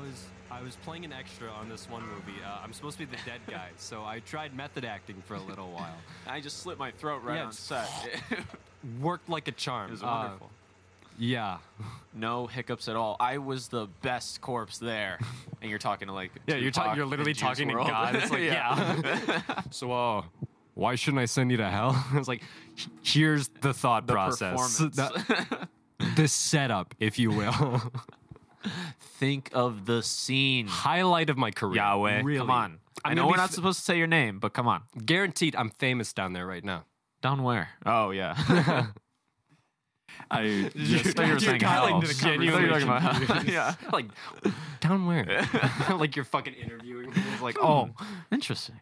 was I was playing an extra on this one movie. Uh, I'm supposed to be the dead guy, so I tried method acting for a little while. I just slit my throat right Yeah, on it's- set. It Worked like a charm. was Uh, wonderful. yeah, no hiccups at all. I was the best corpse there. And you're talking to like yeah. You're talking. Tupac You're literally in Juice talking to WRLD. God. It's like yeah. so, uh, why shouldn't I send you to hell? it's like, h- here's the thought the process, performance. the, the setup, if you will, Think of the scene. highlight of my career. Yahweh, really. come on. i I'm know gonna we're be not f- supposed to say your name, but come on. Guaranteed, I'm famous down there right now. Down where? Oh yeah. I Just just thought you were saying got hell. into the Genuinely conversation. talking about- yeah. like down where? like you're fucking interviewing. me. It's like, oh, Oh, interesting.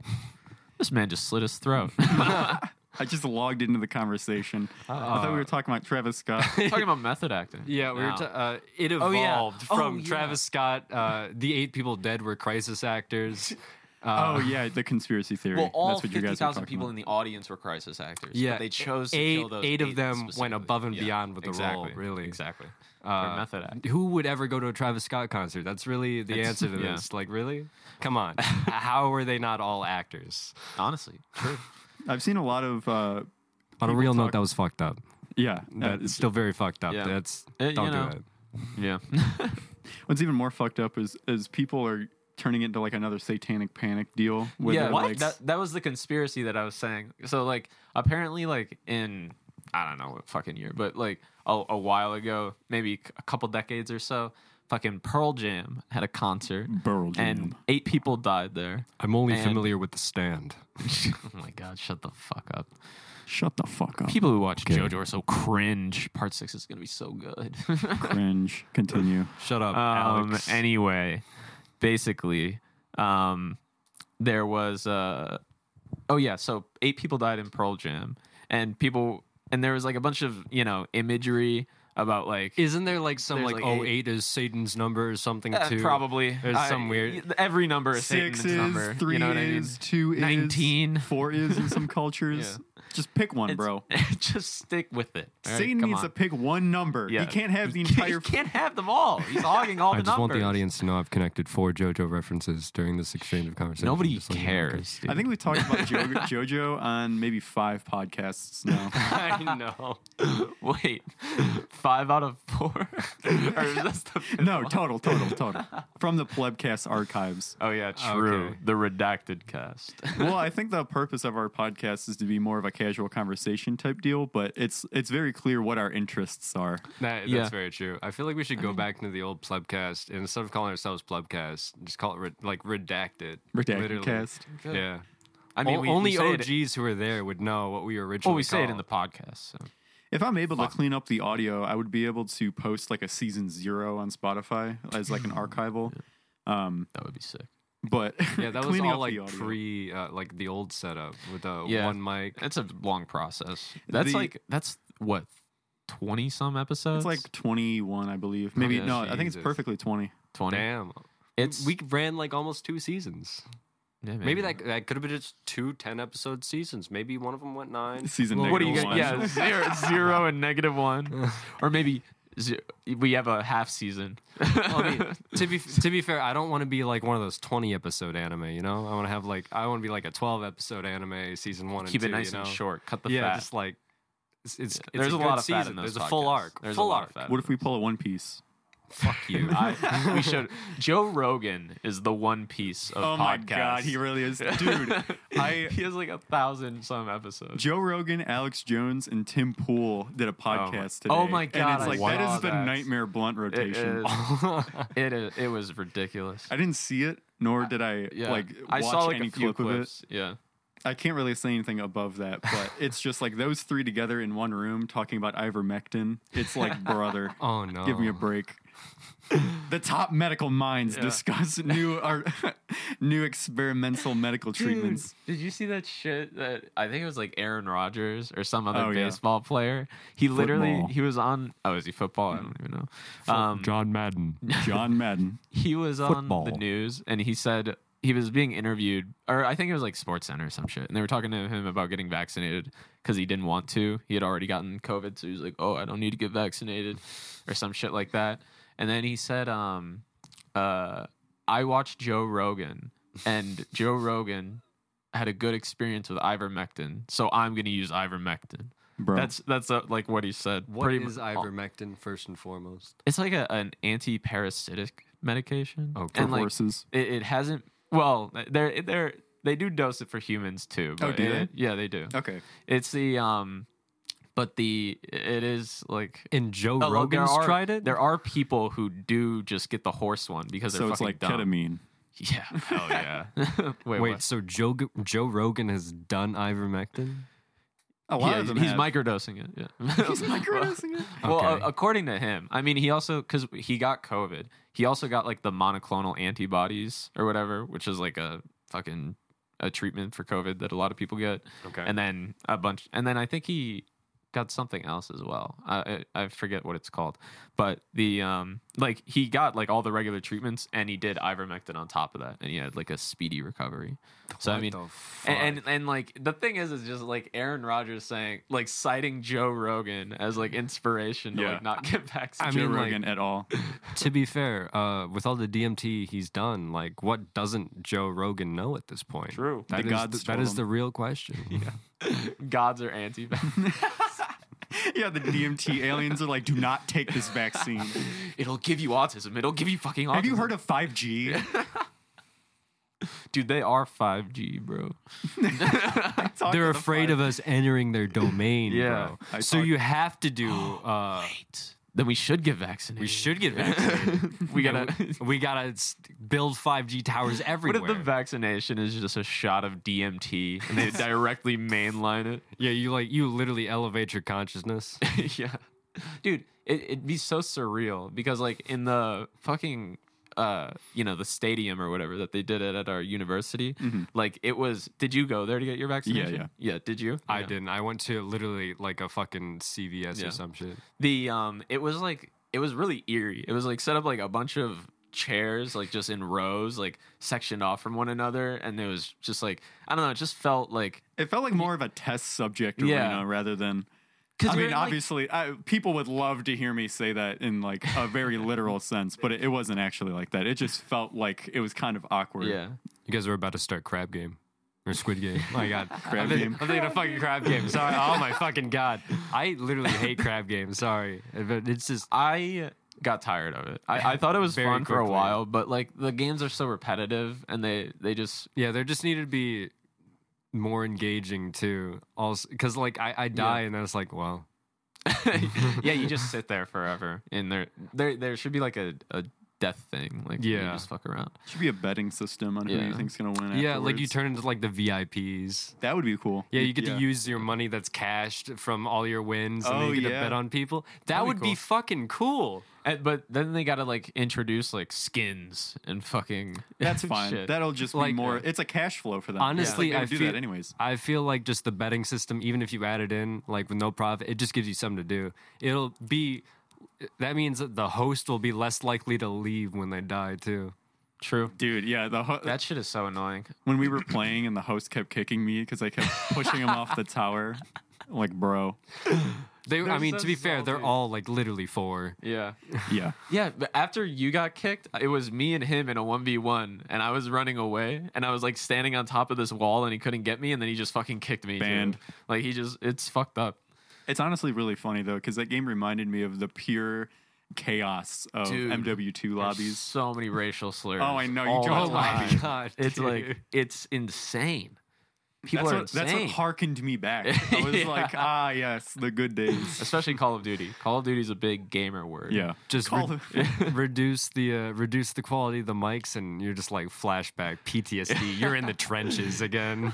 This man just slit his throat. I just logged into the conversation. I thought we were talking about Travis Scott. talking about method acting. yeah, we were. Now. ta- uh, it evolved yeah. Oh, from yeah. Travis Scott. Uh, the eight people dead were crisis actors. Uh, oh yeah, the conspiracy theory. well, all That's what you fifty guys thousand thousand people in the audience were crisis actors. yeah, but they chose to eight. kill those eight of them went specifically. above and Yeah, beyond with the exactly, role. Really, exactly. Uh, They're method actors. Who would ever go to a Travis Scott concert? That's really the That's- answer to yeah. this. Like, really? Come on. How were they not all actors? Honestly, true. I've seen a lot of. Uh, On a People real note, talk- that was fucked up. yeah, uh, That is it's- still very fucked up. Uh, Yeah. That's Uh, don't you do know. that. yeah, what's even more fucked up is is people are turning it into like another satanic panic deal. Where yeah. they're, What? Like, That, that was the conspiracy that I was saying. So like, apparently, like in I don't know what fucking year, but like a, a while ago, maybe c- a couple decades or so, fucking Pearl Jam had a concert, Pearl and Jam. eight people died there. I'm only And- familiar with the stand. oh my god, shut the fuck up. shut the fuck up. People who watch Okay. JoJo are so cringe. Part six is gonna be so good. cringe. Continue. Shut up, um, Alex. anyway, basically, um, there was uh, oh yeah, so eight people died in Pearl Jam, and people and there was like a bunch of you know imagery about like Isn't there like some There's like, like oh eight is Satan's number or something uh, too? probably There's some weird- every number is Six Satan's is number. three you know what I mean? is two is 19. four is in some cultures. Just pick one, It's- bro. just stick with it. all right? Satan Come needs on. to pick one number. Yeah. He can't have the He can't- He entire. can't have them all. He's hogging all I the just want numbers. the audience to know I've connected four JoJo references during this exchange of conversation. Nobody just so you know. cares. I dude. think we talked about jo- JoJo on maybe five podcasts now. I know. Wait, five out of four? or is this the fifth No, one? total, total, total. From the Plebcast archives. Oh yeah, true. true. The redacted cast. Well, I think the purpose of our podcast is to be more of a casual conversation type deal, but it's it's very clear what our interests are. That, Yeah. That's very true. I feel like we should go back to the old plebcast and instead of calling ourselves plebcast, just call it re- like redacted. Redacted literally. cast. Yeah. I I mean, mean, we, only we say OGs It, who were there would know what we originally. well, we say it in called. the podcast. So. If I'm able to clean up the audio, I would be able to post like a season zero on Spotify as like an archival. Um, That would be sick. but Yeah, that was cleaning all up the like audio. pre, uh, like the old setup with the Yeah. one mic. It's a long process. That's The- like that's what twenty some episodes. It's like 21, I believe. Maybe yeah, no, I think it's Oh, Jesus. perfectly 20. twenty. Damn, It's we ran like almost two seasons. yeah, Maybe that that could have been just two 10 episode seasons. Maybe one of them went nine. Season Well, What do you negative get? one. Yeah, zero, zero and negative one, or maybe ze we have a half season. Well, I mean, to be to be fair, I don't want to be like one of those 20 episode anime. You know, I want to have like I want to be like a 12 episode anime season one. Keep it and two, nice you know? and short. Cut the Yeah, fat. just like it's, it's, it's There's a, good lot of fat season. in those There's a full podcasts. arc. There's full a lot arc. of fat. in What if we pull a One Piece? Fuck you. I, we should. Joe Rogan is the one piece of Oh podcasts. my god, he really is, dude. I he has like a thousand some episodes. Joe Rogan, Alex Jones, and Tim Pool did a podcast today. oh my God, And I it's like saw that is the that. nightmare blunt It rotation. is, it is. It was ridiculous. I didn't see it, nor did I Yeah, like I watch saw like any a few clip of it. clips. Yeah, I can't really say anything above that, but it's just like those three together in one room talking about ivermectin. It's like brother. oh no. Give me a break. The top medical minds Yeah. discuss new our, new experimental medical treatments. Did you see that shit? That I think it was like Aaron Rodgers or some other Oh, yeah. baseball player. He literally Football. Mm-hmm. he was on. Oh, is he football? I don't even know. Um, John Madden. John Madden. he was Football. on the news and he said he was being interviewed or i think it was like sports center or some shit and they were talking to him about getting vaccinated because he didn't want to he had already gotten covid so he was like oh i don't need to get vaccinated or some shit like that and then he said um uh, I watched Joe Rogan, and Joe Rogan had a good experience with ivermectin, so I'm going to use ivermectin. bro. That's that's uh, like what he said. What pretty is mu- ivermectin first and foremost? It's like a, an anti-parasitic medication. Okay. for and like horses. it, it hasn't. Well, they're they're they do dose it for humans too. Oh, but do Oh. it- yeah, they do. Okay, It's the um, but the it is like And Joe Although Oh, Rogan's Oh, there are, tried it. There are people who do just get the horse one because they're so it's fucking like dumb. ketamine. Oh, Yeah, hell yeah. Wait, Wait, what? so Joe Joe Rogan has done ivermectin? A lot Yeah, of them. he's Uh, have. microdosing it. Yeah. He's microdosing it. Well, well, Okay. a- according to him, I mean, he also because he got COVID, he also got like the monoclonal antibodies or whatever, which is like a fucking a treatment for COVID that a lot of people get. Okay. and then a bunch and then i think he got something else as well i i I forget what it's called but the um like he got like all the regular treatments and he did ivermectin on top of that and he had like a speedy recovery so i mean and, and and like the thing is is just like Aaron Rodgers saying like citing Joe Rogan as like inspiration to Yeah. like not get I vaccinated. Joe mean, like- Rogan et al. to be fair, uh, with all the DMT he's done, like what doesn't Joe Rogan know at this point? True. That The is gods the, that told is him. the real question. Gods are anti yeah, the DMT aliens are like, do not take this vaccine. It'll give you autism. It'll give you fucking autism. Have you heard of 5G? Dude, they are 5G, bro. Talk They're to the afraid of us entering their domain, Yeah. Oh, bro. I so talked- you have to do. Uh, Then we should get vaccinated. we should get vaccinated. we And gotta. we- we gotta s- build 5G towers What everywhere. if the vaccination is just a shot of DMT and they directly mainline it? yeah, you like you literally elevate your consciousness. yeah, dude, it, it'd be so surreal because like in the fucking uh you know the stadium or whatever that they did it at our university like it was did you go there to get your vaccination yeah. Mm-hmm. yeah did you I Yeah. didn't. I went to literally like a fucking CVS Yeah. or some shit. the um it was like it was really eerie it was like set up like a bunch of chairs like just in rows like sectioned off from one another and it was just like i don't know it just felt like It felt like more of a test subject Yeah. arena rather than. 'Cause I we were mean, in, like- obviously, I, people would love to hear me say that in like a very literal sense, but it, it wasn't actually like that. It just felt like it was kind of awkward. yeah You guys are about to start crab game or squid game. My God, Crab I'm thinking- game. I'm thinking of fucking crab game. Sorry. Oh my fucking God. I literally hate crab game. Sorry, but it's just I got tired of it. I, I thought it was Very fun for a quickly. while, but like the games are so repetitive and they they just yeah. There just needed to be more engaging too. Also, because like I, I die and then it's like, well, yeah you just sit there forever and there there there should be like a, a death thing like yeah you Yeah. just fuck around. Should be a betting system on who Yeah. you think's gonna win. yeah. Like you afterwards. turn into like the VIPs. that would be cool. Yeah, you get Yeah. to use your money that's cashed from all your wins, and Oh, then you get yeah. to bet on people. That That'd be would be cool. fucking cool. And, but then they got to like introduce like skins and fucking That's fine. shit. uh, That'll just Like, be more. It's a cash flow for them. Honestly, It's like they I do feel- that anyways. I feel like just the betting system, even if you add it in, like with no profit, it just gives you something to do. It'll be that means that the host will be less likely to leave when they die too. true. Dude, yeah, the ho- That shit is so annoying. when we were playing and the host kept kicking me because I kept pushing him off the tower. Like, bro, They, I They're mean, so to be fair, they're salty. all like literally four. Yeah. yeah, Yeah, but after you got kicked, it was me and him in a 1v1, and I was running away, and I was like standing on top of this wall, and he couldn't get me, and then he just fucking kicked me. dude. Banned. Like, he just, it's fucked up. it's honestly really funny though because that game reminded me of the pure chaos of Dude, MW2 There's lobbies. so many racial slurs. Oh, I know, you all Oh Oh, don't the my time. god! It's dude. like, it's insane. People That's are what, that's what insane. harkened me back. I was Yeah. like, ah, yes, the good days. Especially Call of Duty. Call of Duty's a big gamer word. Yeah, just Call re- reduce the uh, reduce the quality of the mics, and you're just like flashback PTSD. you're in the trenches again.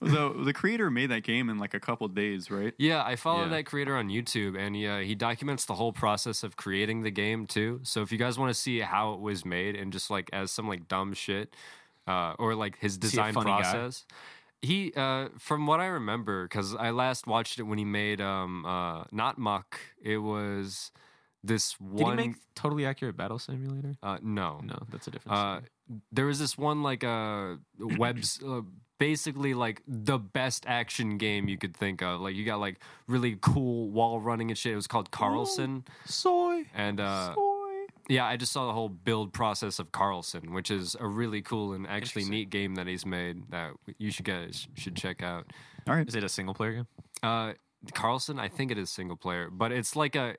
the the creator made that game in like a couple days, right? Yeah, I follow Yeah. that creator on YouTube, and he, uh, he documents the whole process of creating the game too. So if you guys want to see how it was made and just like as some like dumb shit, uh, or like his design funny guy? process, he uh, from what I remember, because I last watched it when he made um uh not Muck, it was this Did one. he make Totally Accurate Battle Simulator? uh, no, No, that's a different uh, there was this one like uh, webs uh, basically like the best action game you could think of like you got like Oh. really cool wall running and shit it was called carlson Soy. and uh soy. yeah, I just saw the whole build process of Carlson, which is a really cool and actually Interesting. neat game that he's made that you should guys should check out. All right. Is it a single player game? Uh, Carlson, I think it is single player, but it's like a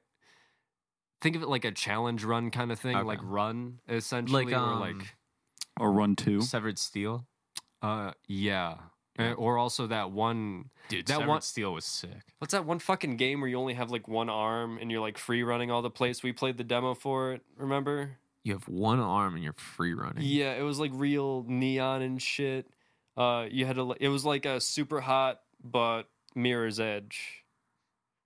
think of it like a challenge run kind of thing, Okay. like run essentially, um, or like Or run two. Severed Steel. uh, yeah, Uh, or also that one. Dude, That Severed one- Steel was sick. What's that one fucking game where you only have like one arm and you're like free running all the place? We played the demo for it. Remember? You have one arm and you're free running. Yeah, it was like real neon and shit. Uh, you had to. li- It was like a super hot, but mirror's edge.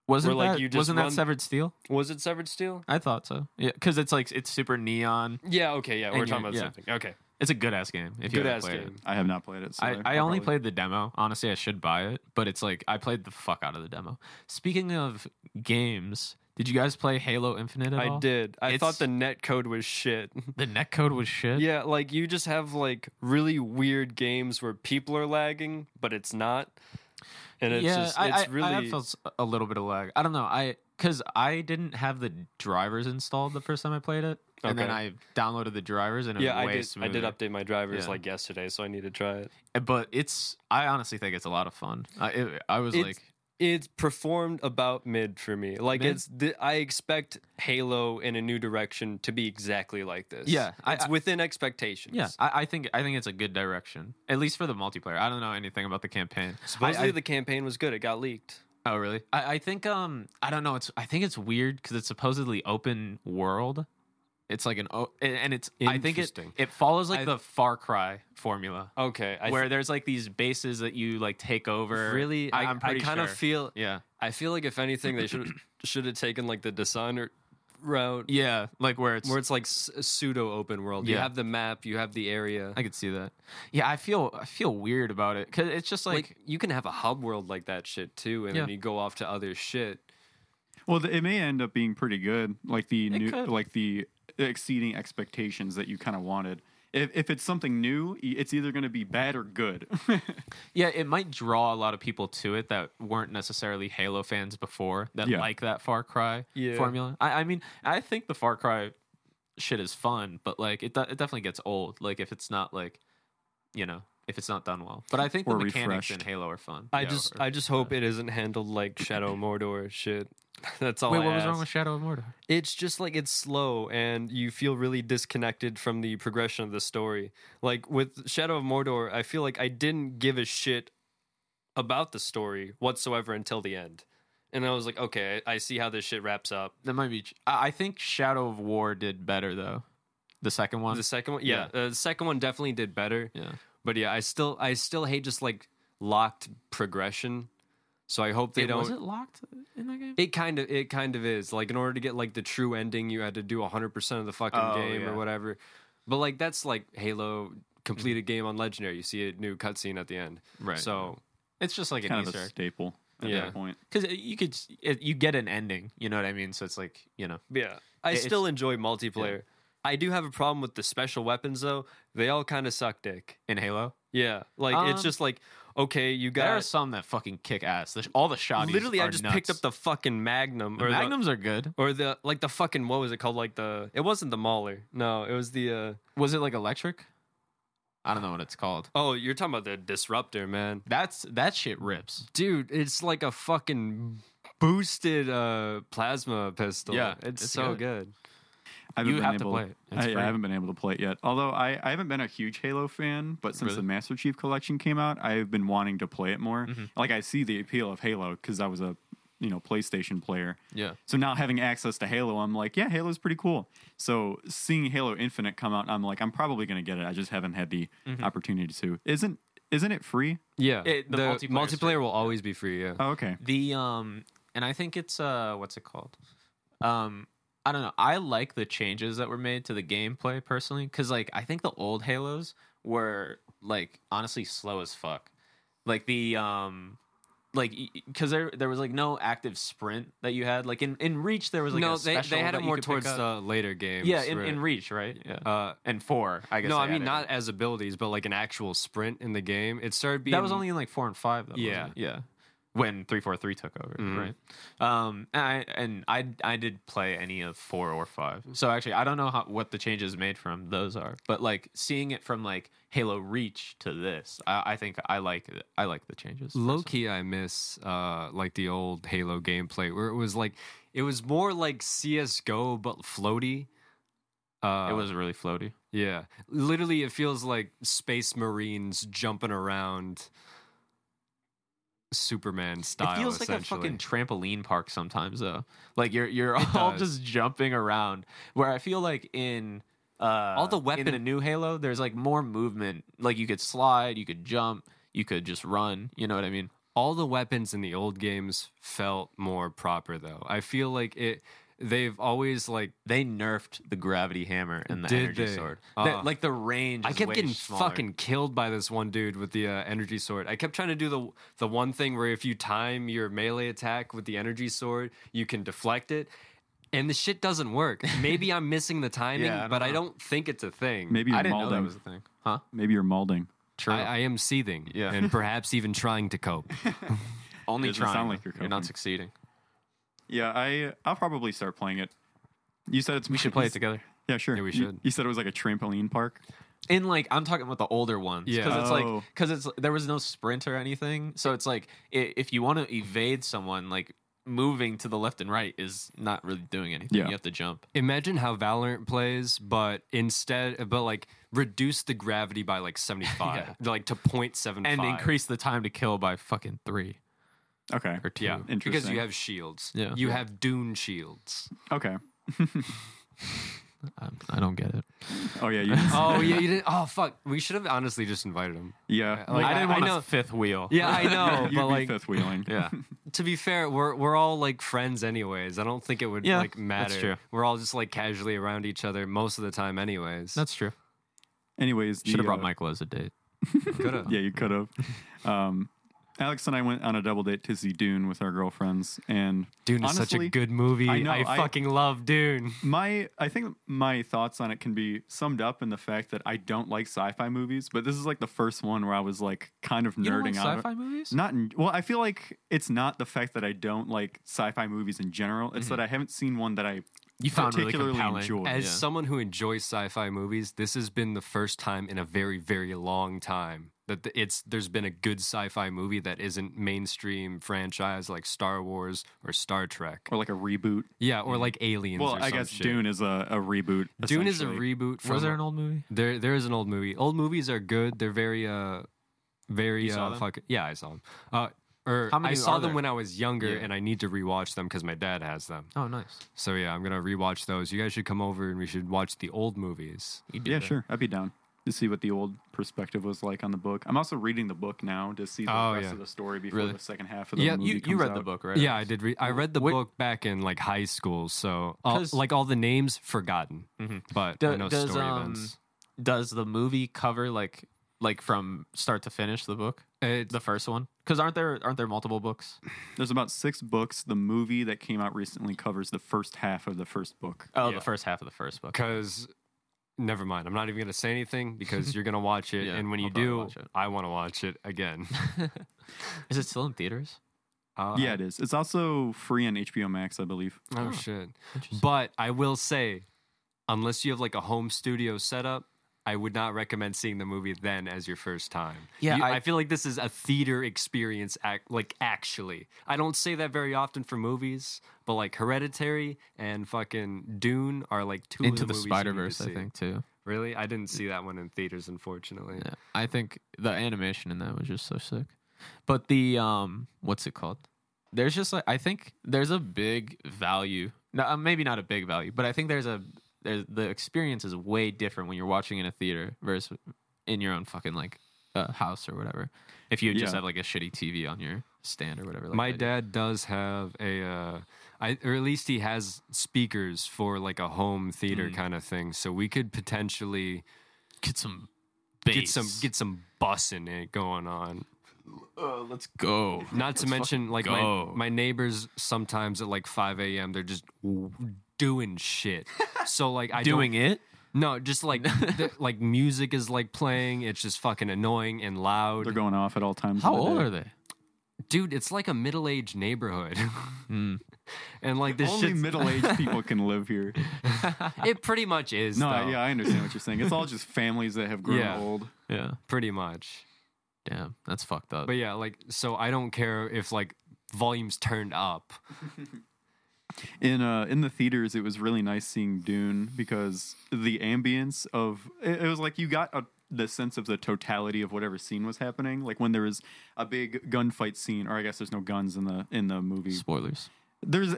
Wasn't Where, like, that you just wasn't run- that Severed Steel? Was it Severed Steel? I thought so. Yeah, because it's like it's super neon. Yeah. Okay. Yeah, we're And talking you- about yeah. something. Okay. It's a good ass game. If you Good haven't ass played it. game. I have not played it. So I, I only probably- played the demo. Honestly, I should buy it, but it's like I played the fuck out of the demo. Speaking of games, did you guys play Halo Infinite at I all? did. I thought It's- the net code was shit. The netcode was shit. yeah, like you just have like really weird games where people are lagging, but it's not. And it's yeah. just I, it's I, really I have felt s- a little bit of lag. I don't know. I because I didn't have the drivers installed the first time I played it, and then Okay. I downloaded the drivers, and it Yeah, was I way did I did smoother. update my drivers Yeah. like yesterday, so I need to try it. But it's I honestly think it's a lot of fun. I it, I was It's- like it's performed about mid for me. Like Mid? it's th- I expect Halo in a new direction to be exactly like this. Yeah, I- it's I- within expectations. yeah. I, I think I think it's a good direction, at least for the multiplayer. I don't know anything about the campaign. supposedly I- I- the campaign was good. It got leaked. Oh really? I, I think um I don't know. It's I think it's weird because it's supposedly open world. It's like an o- and- and it's I think it Interesting. it follows like I- the Far Cry formula Okay, I where there's like these bases that you like take over. really I, I, am pretty kind of sure. feel yeah I feel like if anything they should should have taken like the Dishonored route yeah like where it's where it's like s- pseudo open world. You Yeah. have the map, you have the area. I could see that. Yeah, I feel I feel weird about it because it's just Like, like, you can have a hub world like that shit too, and then Yeah. you go off to other shit. Well, th- it may end up being pretty good, like the new, could. like the exceeding expectations that you kind of wanted. If, if it's something new, e- it's either going to be bad or good. yeah, it might draw a lot of people to it that weren't necessarily Halo fans before that Yeah. like that Far Cry Yeah. formula. I, I mean, I think the Far Cry shit is fun, but like it, de- it definitely gets old. Like if it's not like, you know, if it's not done well. But I think Or the mechanics refreshed. in Halo are fun. I Yeah, just or- I just hope it isn't handled like Shadow of Mordor shit. That's all. Wait, I what was ask. wrong with Shadow of Mordor? It's just like it's slow, and you feel really disconnected from the progression of the story. Like with Shadow of Mordor, I feel like I didn't give a shit about the story whatsoever until the end, and I was like, okay, I I see how this shit wraps up. That might be. I I think Shadow of War did better though. The second one. The second one, yeah, Uh, the second one definitely did better. yeah. But yeah, I still I still hate just like locked progression. So I hope they Wait, don't. was it locked in that game? It kind of it kind of is. Like in order to get like the true ending, you had to do 100% of the fucking Oh, game yeah. or whatever. But like that's like Halo complete a game on legendary. You see a new cutscene at the end. Right. So it's just like an kind of Easter a egg. staple at Yeah. that point. because you could s- it, you get an ending you know what i mean so it's like you know yeah, I It's- still enjoy multiplayer. I do have a problem with the special weapons though. They all kind of suck dick. Uh, in halo Yeah. Like it's Um, just like okay, you there are got some that fucking kick ass There's- all the shotties literally I are just nuts. picked up the fucking Magnum The or the magnums are good or the like the fucking what was it called like the it wasn't the mauler no it was the uh was it like electric i don't know what it's called oh you're talking about the disruptor man that's that shit rips dude it's like a fucking boosted uh plasma pistol Yeah, it's, it's so good, I haven't you been have to able- play it It's I, I free. haven't been able to play it yet. Although I, I haven't been a huge Halo fan, but since Really? the Master Chief Collection came out, I've been wanting to play it more. Mhm. Like I see the appeal of Halo because I was a you know PlayStation player. yeah So now having access to Halo, I'm like, yeah, Halo's pretty cool. So seeing Halo Infinite come out, I'm like, I'm probably gonna get it. I just haven't had the Mm-hmm. opportunity to. Isn't isn't it free? yeah It- the the, multiplayer's multiplayer, free. will always be free yeah Oh, okay. the um and i think it's uh what's it called um i don't know i like the changes that were made to the gameplay personally because like i think the old halos were like honestly slow as fuck like the um like because there there was like no active sprint that you had like in in reach there was like no a they, special they had that it you more could pick towards up. the later games yeah in, where- in reach right yeah uh and four i guess no they i mean added not it. as abilities but like an actual sprint in the game it started being that was only in like four and five though wasn't Yeah. it? yeah when 343 took over, Mhm. right? Um, and I, and I I did play any of four or five, so actually I don't know how, what the changes made from those are, but like seeing it from like Halo Reach to this, I, I think I like it. I like the changes. Low key, I miss uh, like the old Halo gameplay where it was like it was more like CS:GO but floaty. Uh, it was really floaty. yeah, literally, it feels like space marines jumping around, Superman style. It feels like a essentially. fucking trampoline park sometimes, though. Like you're you're all does. just jumping around. Where I feel like in uh, All the in the weapon- new Halo, there's like more movement. Like you could slide, you could jump, you could just run. You know what I mean? all the weapons in the old games felt more proper though. I feel like it. They've always like They nerfed the gravity hammer and the Did energy they? sword. Uh-uh. That- like the range. I is kept way getting smaller. fucking killed by this one dude with the uh, energy sword. I kept trying to do the the one thing where if you time your melee attack with the energy sword, you can deflect it, and the shit doesn't work. Maybe I'm missing the timing, Yeah, I don't but I know. don't think it's a thing. Maybe I you're didn't know that mauling. was a thing, huh? Maybe you're mauling. True. I, I am seething, Yeah. and perhaps even trying to cope. Only Doesn't trying. sound like you're you're not coping. succeeding. Yeah, I I'll probably start playing it. You said it's We should play it together. Yeah, sure. Yeah, we You- should. You said it was like a trampoline park. in like I'm talking about the older ones because Yeah. it's Oh. like because it's there was no sprint or anything, so it's like i- if you want to evade someone, like moving to the left and right is not really doing anything. Yeah. You have to jump. Imagine how Valorant plays, but instead, but like reduce the gravity by like 75, like to 0.75. And increase the time to kill by fucking three Okay. or two. Yeah, because Interesting. you have shields. Yeah. You Yeah. have Dune shields. Okay. Um, I don't get it. Oh yeah. You didn't- Oh, yeah, you didn't. Oh, fuck. We should have honestly just invited him. yeah. Like, I didn't I want know- a fifth wheel. Yeah, I know. You'd but be like, fifth wheeling. yeah. to be fair, we're we're all like friends anyways. I don't think it would Yeah, like matter. that's true. We're all just like casually around each other most of the time anyways. That's true. Anyways, Should have the, brought uh, Michael as a date. good. of- Yeah, you could have. um, Alex and I went on a double date to see Dune with our girlfriends, and Dune is such a honestly, good movie. I know, I- fucking love Dune. My, I think my thoughts on it can be summed up in the fact that I don't like sci-fi movies, but this is like the first one where I was like kind of nerding out. sci-fi movies? Not in, well, I feel like it's not the fact that I don't like sci-fi movies in general. It's that I haven't seen one that I You found really particularly compelling. enjoyed. As Yeah. someone who enjoys sci-fi movies, this has been the first time in a very, very long time that th- it's there's been a good sci-fi movie that isn't mainstream franchise like Star Wars or Star Trek. or like a reboot. Yeah, or like Aliens. Mm. Well, or I some guess shit. Dune is a, a reboot. Dune is a essentially. reboot. From, Was there an old movie? There, there is an old movie. Old movies are good. They're very, uh, very You saw uh, them? fucking. Yeah, I saw them. Uh, or How many I saw are them there? when I was younger, Yeah. and I need to rewatch them because my dad has them. Oh, nice. So yeah, I'm gonna rewatch those. You guys should come over and we should watch the old movies. You did Yeah, that. sure. I'd be down to see what the old perspective was like on the book. I'm also reading the book now to see the Oh, rest yeah. of the story before Really? the second half of the Yeah, movie. You, you comes read the out. book, right? Yeah, I did. Read, I read the Wh- book back in like high school, so all, 'Cause- like all the names forgotten, Mhm. but Do- I know does, story um, events. does the movie cover like like from start to finish the book It, the first one because aren't there aren't there multiple books There's about six books. The movie that came out recently covers the first half of the first book. oh Yeah. the first half of the first book because never mind. I'm not even gonna say anything because you're gonna watch it, Yeah, and when I'll you probably do, watch it. I want to watch it again. is it still in theaters Uh, Uh-huh. yeah, it is. It's also free on HBO Max, I believe. Oh, Oh. shit. Interesting. But I will say, unless you have like a home studio setup, I would not recommend seeing the movie then as your first time. Yeah, You- I, I- feel like this is a theater experience. Act, like actually, I don't say that very often for movies, but like Hereditary and fucking Dune are like two into of the, the movies you need to Spider Verse I see. think too Really, I didn't see that one in theaters, unfortunately. yeah. I think the animation in that was just so sick but the um what's it called there's just like I think there's a big value no uh, maybe not a big value but I think there's a there's, the experience is way different when you're watching in a theater versus in your own fucking like uh, house or whatever if you just Yeah. have like a shitty TV on your stand or whatever like I My do. dad does have a, uh, I, or at least he has speakers for like a home theater Mm. kind of thing. So we could potentially get some bass. get some get some bussin' it going on. Uh, let's go. Not to mention like my, go. my neighbors sometimes at like 5 a.m. they're just w- doing shit. So like I doing don't, it. no just like th- like music is like playing. It's just fucking annoying and loud. They're going off at all times. How of the old day. are they? dude, it's like a middle aged neighborhood, Mm. and like this Only shit, middle aged people can live here. it pretty much is. No, I- though. yeah, I understand what you're saying. It's all just families that have grown Yeah. old. Yeah. pretty much. Damn. That's fucked up. But yeah, like so, I don't care if like volumes turned up. In uh, in the theaters, it was really nice seeing Dune because the ambience of it, it was like you got a, the sense of the totality of whatever scene was happening. Like when there was a big gunfight scene, or I guess there's no guns in the in the movie. Spoilers. There's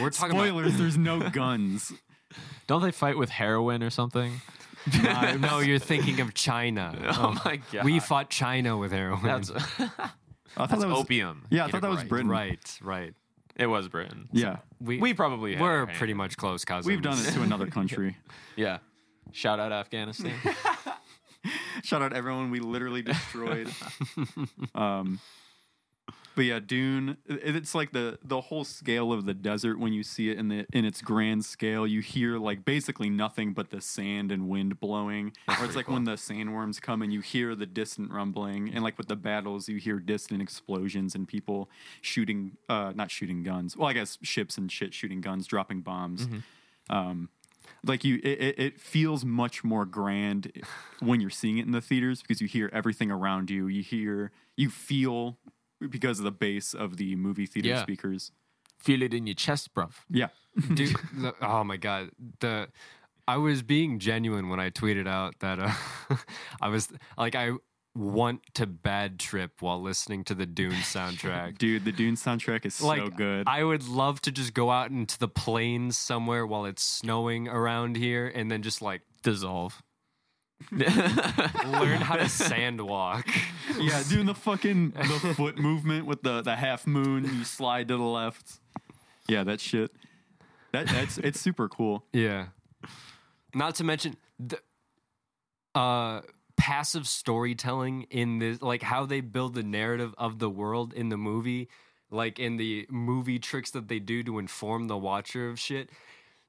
We're talking about spoilers. There's no guns. Don't they fight with heroin or something? Uh, no, you're thinking of China. Um, my god. we fought China with heroin. that's I thought that's that was opium. Yeah, I Get thought it that was right. Britain. right, right. It was Britain. Yeah, We, We probably had we're our hand pretty in much close cousins. we've done it to another country. Yeah. Shout out Afghanistan. Shout out everyone we literally destroyed. um, but yeah, Dune. it- It's like the the whole scale of the desert when you see it in the in its grand scale. You hear like basically nothing but the sand and wind blowing. or it's like when the sandworms come and you hear the distant rumbling. And like with the battles, you hear distant explosions and people shooting, uh, not shooting guns. Well, I guess ships and shit shooting guns, dropping bombs. Um, like you it, it, it feels much more grand when you're seeing it in the theaters because you hear everything around you you hear you feel because of the bass of the movie theater Yeah. speakers Feel it in your chest, bruv. yeah Dude, the, oh my god, the I was being genuine when I tweeted out that uh, I was like I want to bad trip while listening to the Dune soundtrack. dude the dune soundtrack is Like so good I would love to just go out into the plains somewhere while it's snowing around here, and then just like Dissolve. learn how to sand walk. yeah doing the fucking the foot movement with the the half moon you slide to the left yeah that shit that that's it's super cool Yeah. Not to mention the uh passive storytelling in this like how they build the narrative of the world in the movie, like in the movie tricks that they do to inform the watcher of shit.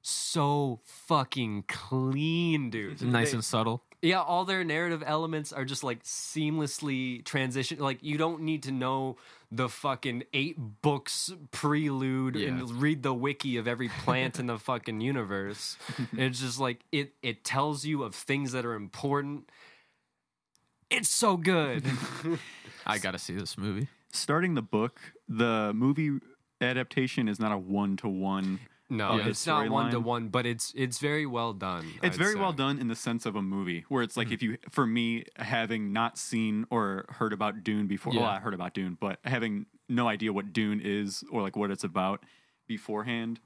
So fucking clean, dude. nice They- and subtle. yeah, all their narrative elements are just like seamlessly transitioned. Like you don't need to know the fucking eight books prelude and read the wiki of every plant in the fucking universe. it's just like it it tells you of things that are important. It's so good. I gotta see this movie. starting the book the movie adaptation is not a one-to-one No, Yeah. Oh, it's not Storyline. one to one, but it's it's very well done. I'd It's very say. Mm-hmm. well done in the sense of a movie, where it's like if you, for me, having not seen or heard about Dune before, well, Yeah. I heard about Dune, but having no idea what Dune is or like what it's about beforehand,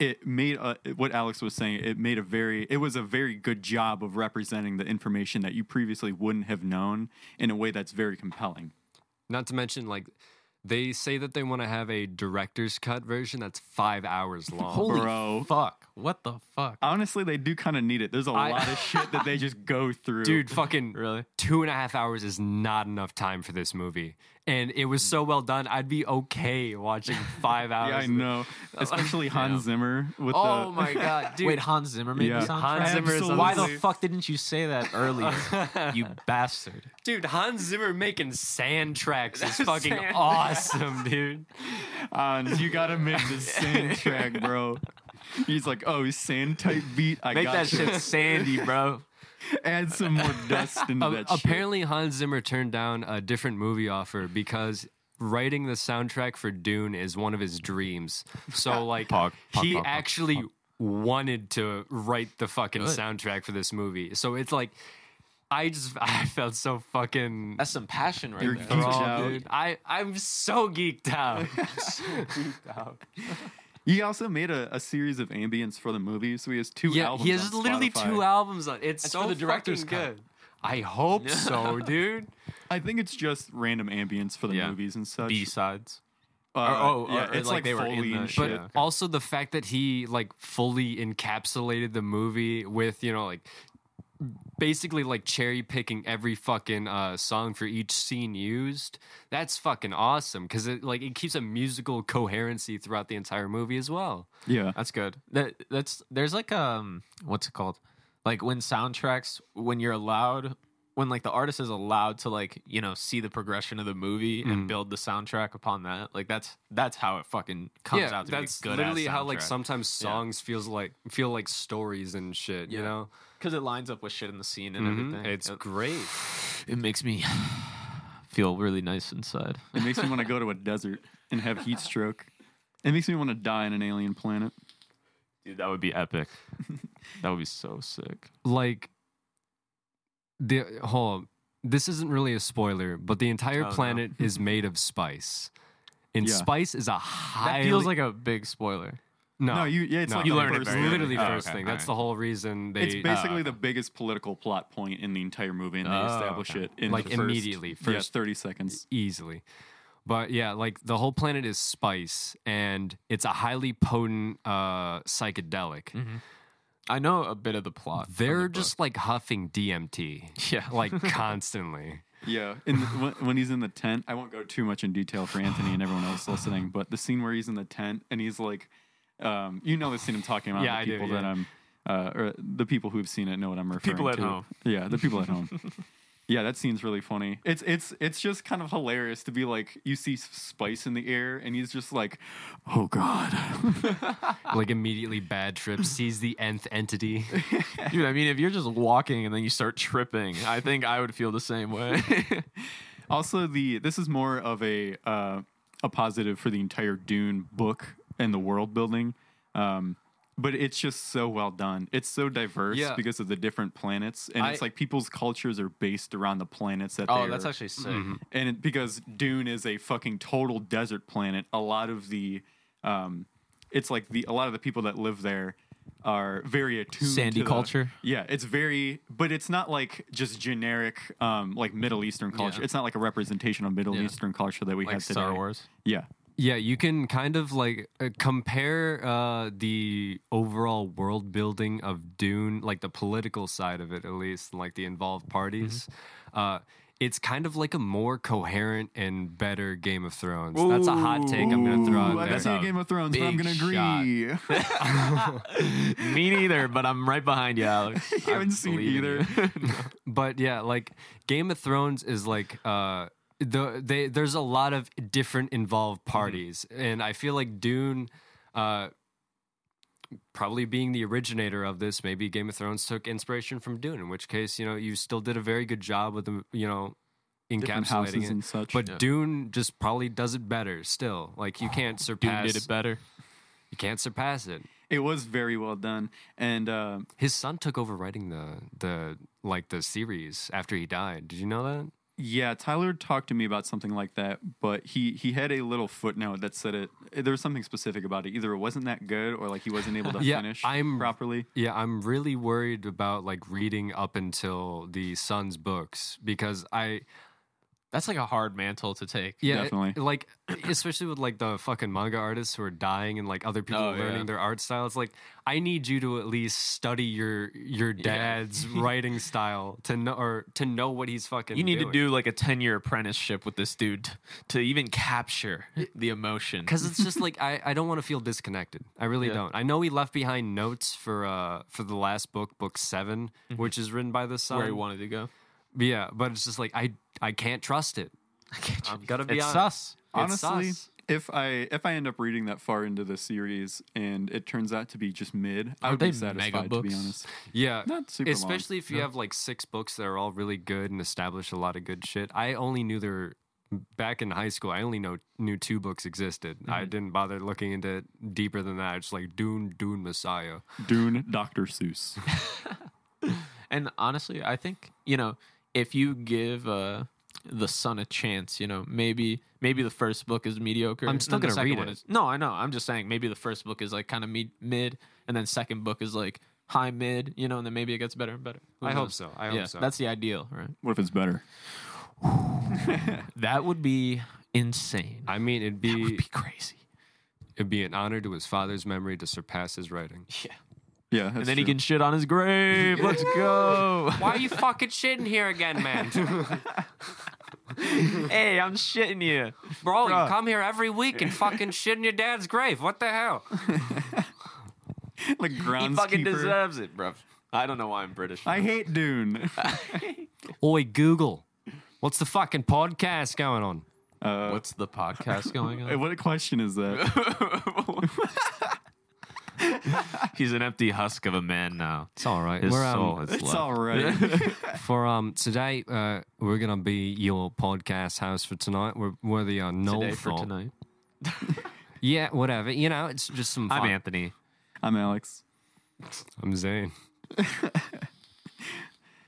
it made a, what Alex was saying. It made a very, it was a very good job of representing the information that you previously wouldn't have known in a way that's very compelling. Not to mention like they say that they want to have a director's cut version that's five hours long. Holy bro. Uh, fuck. What the fuck? Honestly, they do kind of need it. There's a I- lot of shit that they just go through, Dude, fucking Really? two and a half hours is not enough time for this movie. And it was so well done, I'd be okay watching five hours. Yeah, I of it. know, especially Hans Zimmer with the. Oh my god, dude. Wait, Hans Zimmer made Yeah. the soundtrack? Hans Zimmer is So Why the obviously- fuck didn't you say that earlier? you bastard. dude, Hans Zimmer making sand tracks is fucking awesome, dude. Hans, you gotta make the sand track, bro. He's like, oh, sand type beat. I Make got that you. shit sandy, bro. Add some more dust into Um, that. apparently, Hans Zimmer turned down a different movie offer because writing the soundtrack for Dune is one of his dreams. So, like, Pog, pog, he pog, pog, actually wanted to write the fucking Good. soundtrack for this movie. So it's like, I just I felt so fucking. That's some passion right You're there. geeked wrong, out. dude. I I'm so geeked out. shit. He also made a, a series of ambience for the movie, so he has two yeah, albums. he has on literally Spotify. two albums on. It's That's so for the director's fucking cut. good. I hope so, dude. I think it's just random ambience for the Yeah. movies and such. B sides. Uh, oh, or- yeah, or it's like like, they were in Foley the- and But shit. Yeah. also the fact that he like fully encapsulated the movie with you know like basically like cherry picking every fucking uh, song for each scene used. That's fucking awesome because it like it keeps a musical coherency throughout the entire movie as well. yeah, That's good. That that's there's like um what's it called? Like when soundtracks when you're allowed when like the artist is allowed to like you know see the progression of the movie Mhm. and build the soundtrack upon that like that's that's how it fucking comes out to that's be a good literally how like some sometimes Yeah. songs feels like feel like stories and shit. You Yeah. Mm-hmm. know, because it lines up with shit in the scene and Mhm. everything it's it, great. it makes me feel really nice inside It makes me want to go to a desert and have heat stroke. It makes me want to die on an alien planet. dude that would be epic that would be so sick Like the hold on. This isn't really a spoiler, but the entire Oh, no. planet is made of spice, and Yeah. spice is a that highly feels like a big spoiler no. no, you yeah, it's no. like You the learn it first very thing. literally Oh, first okay, thing. That's alright. the whole reason they It's basically uh, the biggest political plot point in the entire movie, and they Oh, establish okay. it in Like, the first, immediately, yeah, first- thirty seconds. easily. But yeah, like the whole planet is spice, and it's a highly potent uh, psychedelic. i know a bit of the plot from They're the book. just like huffing DMT, yeah like constantly. Yeah, and when, when he's in the tent, I won't go too much in detail for Anthony and everyone else listening, but the scene where he's in the tent and he's like, um, you know the scene I'm talking about. Yeah, the I do, people that yeah. I'm, uh, or the people who've seen it know what I'm referring people to. at home. Yeah, the people at home. Yeah, that scene's really funny. It's it's it's just kind of hilarious to be like you see s- spice in the air and he's just like, oh god. like immediately bad trip sees the nth entity. Dude, I mean, if you're just walking and then you start tripping, I think I would feel the same way. Also, the this is more of a uh, a positive for the entire Dune book and the world building, um, but it's just so well done. It's so diverse Yeah. because of the different planets, and it's I- Oh, like people's cultures are based around the planets that. they're, Oh, actually sick. and it, because Dune is a fucking total desert planet, a lot of the, um, it's like the a lot of the people that live there are very attuned Sandy to the- culture? yeah, it's very, but it's not like just generic, um, like Middle Eastern culture. Yeah. It's not like a representation of Middle Yeah. Eastern culture that we Like have today. Star Wars. Yeah, yeah, you can kind of like uh, compare uh, the overall world building of Dune, like the political side of it, at least, and like the involved parties. Mm-hmm. Uh, it's kind of like a more coherent and better Game of Thrones. That's a hot take I'm going to throw Ooh, I out haven't seen there. Game of Thrones, but I'm big gonna agree. I Me neither, but I'm right behind you, Alex. I haven't seen believe in either. you. But yeah, like Game of Thrones is like uh the they there's a lot of different involved Mm-hmm. parties and I feel like Dune uh probably being the originator of this maybe Game of Thrones took inspiration from Dune in which case you know you still did a very good job with the you know Different encapsulating houses it and such. but Dune just probably does it better still like Oh, you can't Dune surpass did it better. you can't surpass it it was very well done, and uh, his son took over writing the the like the series after he died did you know that Yeah, Tyler talked to me about something like that, but he he had a little footnote that said it. There was something specific about it. Either it wasn't that good, or like he wasn't able to Yeah, finish I'm- properly. Yeah, I'm really worried about like reading up until the son's books because I That's like a hard mantle to take. yeah Definitely. it- like especially with like the fucking manga artists who are dying and like other people Oh, yeah. learning their art style. It's like I need you to at least study your your dad's writing style to know or to know what he's fucking. You need to do doing. like a 10 year apprenticeship with this dude to even capture the emotion. because it's just like I, I don't want to feel disconnected. I really Yeah. don't. I know he left behind notes for uh for the last book, book 7 which is written by the son. Mm-hmm. where he wanted to go. Yeah, but it's just like I I can't trust it. I'm gonna be it's honest. sus. It's Honestly, sus. if I if I end up reading that far into the series and it turns out to be just mid, I Aren't would be they mega satisfied to be books? honest. Yeah. Not super long, Especially if you have like six books that are all really good and establish a lot of good shit. I only knew there back in high school. I only know knew two books existed. I didn't bother looking into it deeper than that. It's like Dune, Dune Messiah. Dune, Doctor Seuss. And honestly, I think you know if you give uh, the son a chance, you know maybe maybe the first book is mediocre. I'm and still then the gonna second read one it. is- no, I know. I'm just saying maybe the first book is like kind of mid, mid, and then second book is like high mid. You know, and then maybe it gets better and better. Who I hope knows? so. I hope yeah, so. that's the ideal, right? what if it's better? That would be insane. I mean, it'd that would be be crazy. it'd be an honor to his father's memory to surpass his writing. Yeah, Yeah, that's and then he true. can shit on his grave. Let's go. Why are you fucking shitting here again, man? hey, I'm shitting you. Bro, Bruh. you come here every week and fucking shit in your dad's grave. What the hell? like He fucking groundskeeper. deserves it, bro. I don't know why I'm British. I man. hate Dune. Oi, Google, what's the fucking podcast going on? Uh, What's the podcast going Hey, on? what a question is that? He's an empty husk of a man now. It's all right. His We're, um, soul is it's left. all right. for um today uh, we're gonna be your podcast house for tonight. We're we're the uh, null Today for thought. tonight. Yeah, whatever. You know, it's just some. Fun. I'm Anthony. I'm Alex. I'm Zane.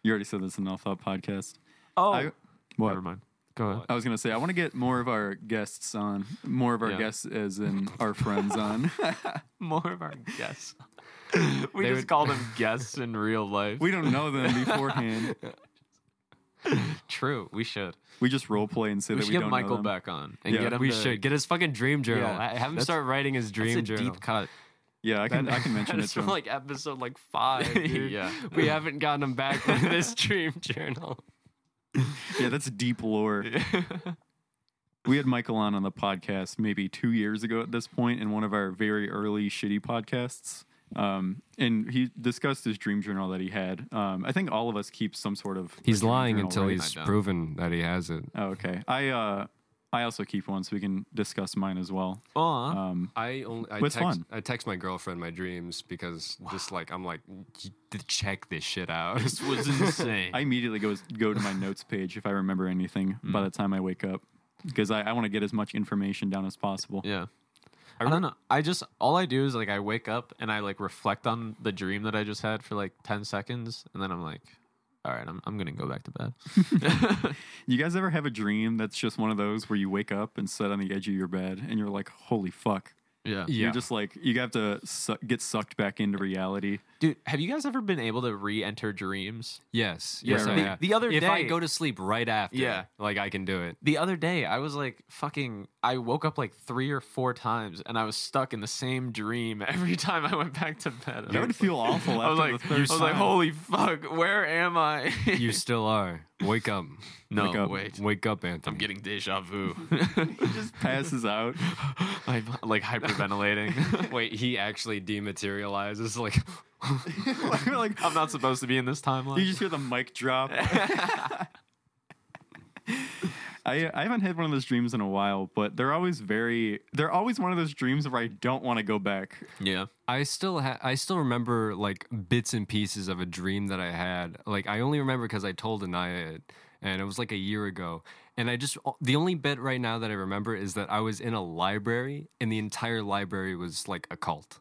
You already said this in the All Thought podcast. Oh, I, what? never mind. Go ahead. I was gonna say I want to get more of our guests on, more of our Yeah. guests as in our friends on. More of our guests. we They just would- call them guests in real life. we don't know them beforehand. True. We should. We just role play and say We that should we get don't Michael know them. back on and Yeah. get him. We to- should get his fucking dream journal. Yeah, Ha- have him that's- start writing his That's dream a journal. deep cut. Yeah, I can I can mention it That's to from him. like episode like five. Dude. Yeah. we haven't gotten him back from this dream journal. yeah, that's deep lore. we had Michael on on the podcast maybe two years ago at this point in one of our very early shitty podcasts. Um, and he discussed his dream journal that he had. Um, I think all of us keep some sort of. He's dream lying journal, until right? he's I don't. proven that he has it. Oh, okay. I uh, I also keep one, so we can discuss mine as well. Aw. Um, I only I But it's text, fun. I text my girlfriend my dreams because just like I'm like "Y- check this shit out. this was insane. I immediately go go to my notes page if I remember anything Mm. by the time I wake up because I, I want to get as much information down as possible. Yeah. I, don't know. I just all I do is like I wake up and I like reflect on the dream that I just had for like ten seconds, and then I'm like, all right, I'm I'm gonna go back to bed. You guys ever have a dream that's just one of those where you wake up and sit on the edge of your bed and you're like, holy fuck. yeah. Yeah. You're just like, you have to su- get sucked back into reality. dude, have you guys ever been able to re-enter dreams? Yes. Yeah, Yes. I the- have. the other if I day- go to sleep right after, Yeah. like I can do it. The other day, I was like fucking. I woke up like three or four times, and I was stuck in the same dream every time I went back to bed. And That I would was feel awful like, I after was the like, I third was like, time. holy fuck, where am I? You still are. Wake up. no, Wake up. wait, Wake up, Anthony. I'm getting deja vu. passes out. I'm like hyperventilating. Wait, he actually dematerializes. Like, You're like, I'm not supposed to be in this timeline. you just hear the mic drop. I, I haven't had one of those dreams in a while, but they're always very, they're always one of those dreams where I don't want to go back. yeah. I still ha- I still remember like bits and pieces of a dream that I had. Like I only remember because I told Anaya it, and it was like a year ago. And I just the only bit right now that I remember is that I was in a library, and the entire library was like a cult.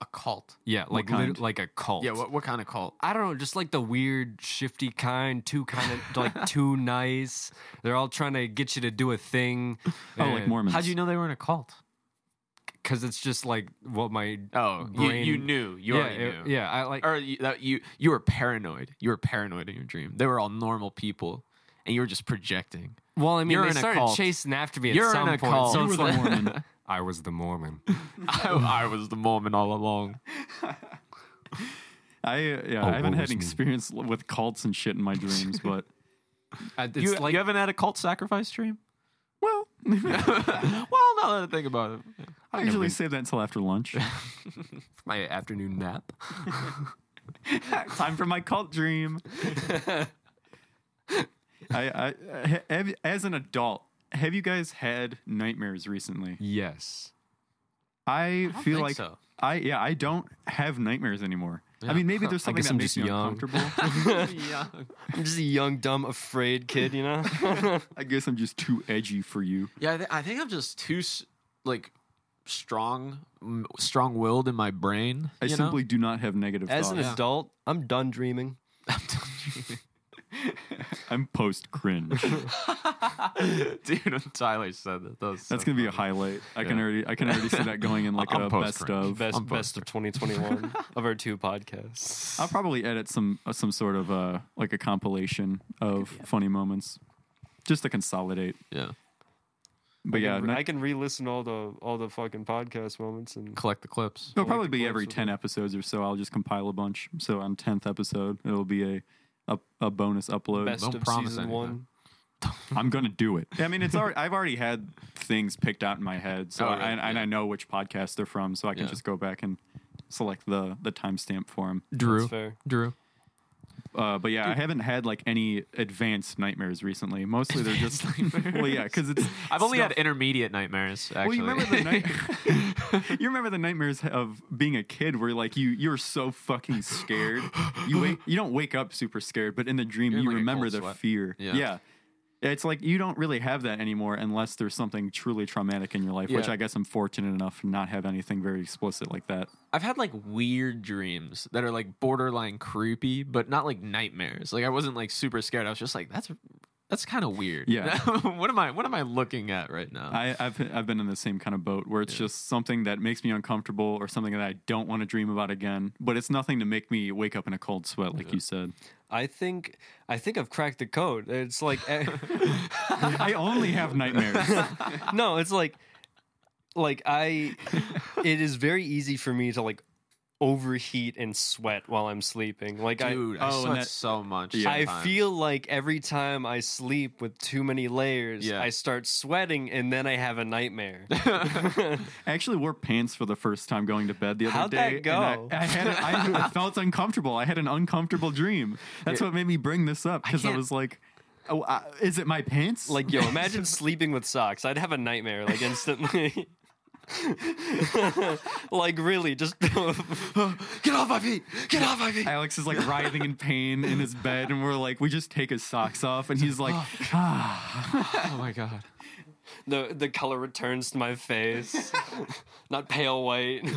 A cult. Yeah, like kind? lit- like a cult. Yeah, what, what kind of cult? I don't know, just like the weird, shifty kind, too kind of like too nice. They're all trying to get you to do a thing. Oh, like Mormons. How'd you know they were in a cult? Because it's just like what my Oh, you, brain. you knew. You yeah, already it- knew. yeah. I like Or you, that you you were paranoid. You were paranoid in your dream. They were all normal people, and you were just projecting. Well, I mean, You're they in a started cult. chasing after me at You're in some a point. cult. So You it's were the like, Mormon. I was the Mormon. I, I was the Mormon all along. I Oh, uh, yeah, I haven't woe had is an me. experience l- with cults and shit in my dreams, but It's You, like you haven't had a cult sacrifice dream? well, well, now that I think about it. I usually save that until after lunch. my afternoon nap. Time for my cult dream. I, I ha- have, as an adult, have you guys had nightmares recently? Yes. I, don't feel think like so. I yeah, I don't have nightmares anymore. I mean, maybe there's I something guess that I'm makes just me young. uncomfortable. yeah. I'm just a young, dumb, afraid kid, you know? I guess I'm just too edgy for you. Yeah, I, th- I think I'm just too s- like strong, m- strong-willed in my brain. I you know? simply do not have negative As an thoughts. adult, I'm done dreaming. I'm post cringe. Dude, Tyler said that. that was That's so gonna be a funny. highlight. I can Yeah. already I can already see that going in like I'm a best post-cringe. of. Best I'm best of 2021 of our two podcasts. I'll probably edit some uh, some sort of uh like a compilation of funny moments, just to consolidate. Yeah. But yeah, I no, can re-listen all the all the fucking podcast moments and Collect the clips. it'll probably be collect every some- ten episodes or so. I'll just compile a bunch. So on tenth episode, it'll be a a, a bonus upload. best don't of season promise anything. one. I'm gonna do it. I mean, it's already I've already had things picked out in my head, so Oh, I, really? and, and Yeah. I know which podcast they're from, so I can Yeah. just go back and select the the timestamp for them. Drew. That's fair. Drew. Uh, but yeah, I haven't had like any advanced nightmares recently. Mostly they're just well, yeah, because it's I've only stuff- had intermediate nightmares. Actually, Well, you remember the night- you remember the nightmares of being a kid where like you you're so fucking scared. You wake you don't wake up super scared, but in the dream You're in, you like, a remember cold the sweat. fear. Yeah. It's like you don't really have that anymore unless there's something truly traumatic in your life, which Yeah. I guess I'm fortunate enough to not have anything very explicit like that. I've had like weird dreams that are like borderline creepy, but not like nightmares. Like I wasn't like super scared. I was just like, that's that's kind of weird. Yeah. what am I what am I looking at right now? I, I've I've been in the same kind of boat where it's just something that makes me uncomfortable or something that I don't want to dream about again. But it's nothing to make me wake up in a cold sweat, like you said. I think I think I've cracked the code. It's like eh, I only have nightmares. no, it's like like I it is very easy for me to like overheat and sweat while I'm sleeping. Like Dude, I oh, and sweat that- so much. Yeah. I I sometimes. feel like every time I sleep with too many layers, Yeah. I start sweating and then I have a nightmare. I actually wore pants for the first time going to bed the other How'd day. that go? and I, I had I, I felt uncomfortable. I had an uncomfortable dream. That's what made me bring this up because I, can't- was like, "Oh, I, is it my pants?" like yo, imagine sleeping with socks. I'd have a nightmare like instantly. like really just Get off my feet! Get off my feet! Alex is like writhing in pain in his bed, and we're like, we just take his socks off, and he's like, "Ah." Oh my god. the the color returns to my face. Not pale white.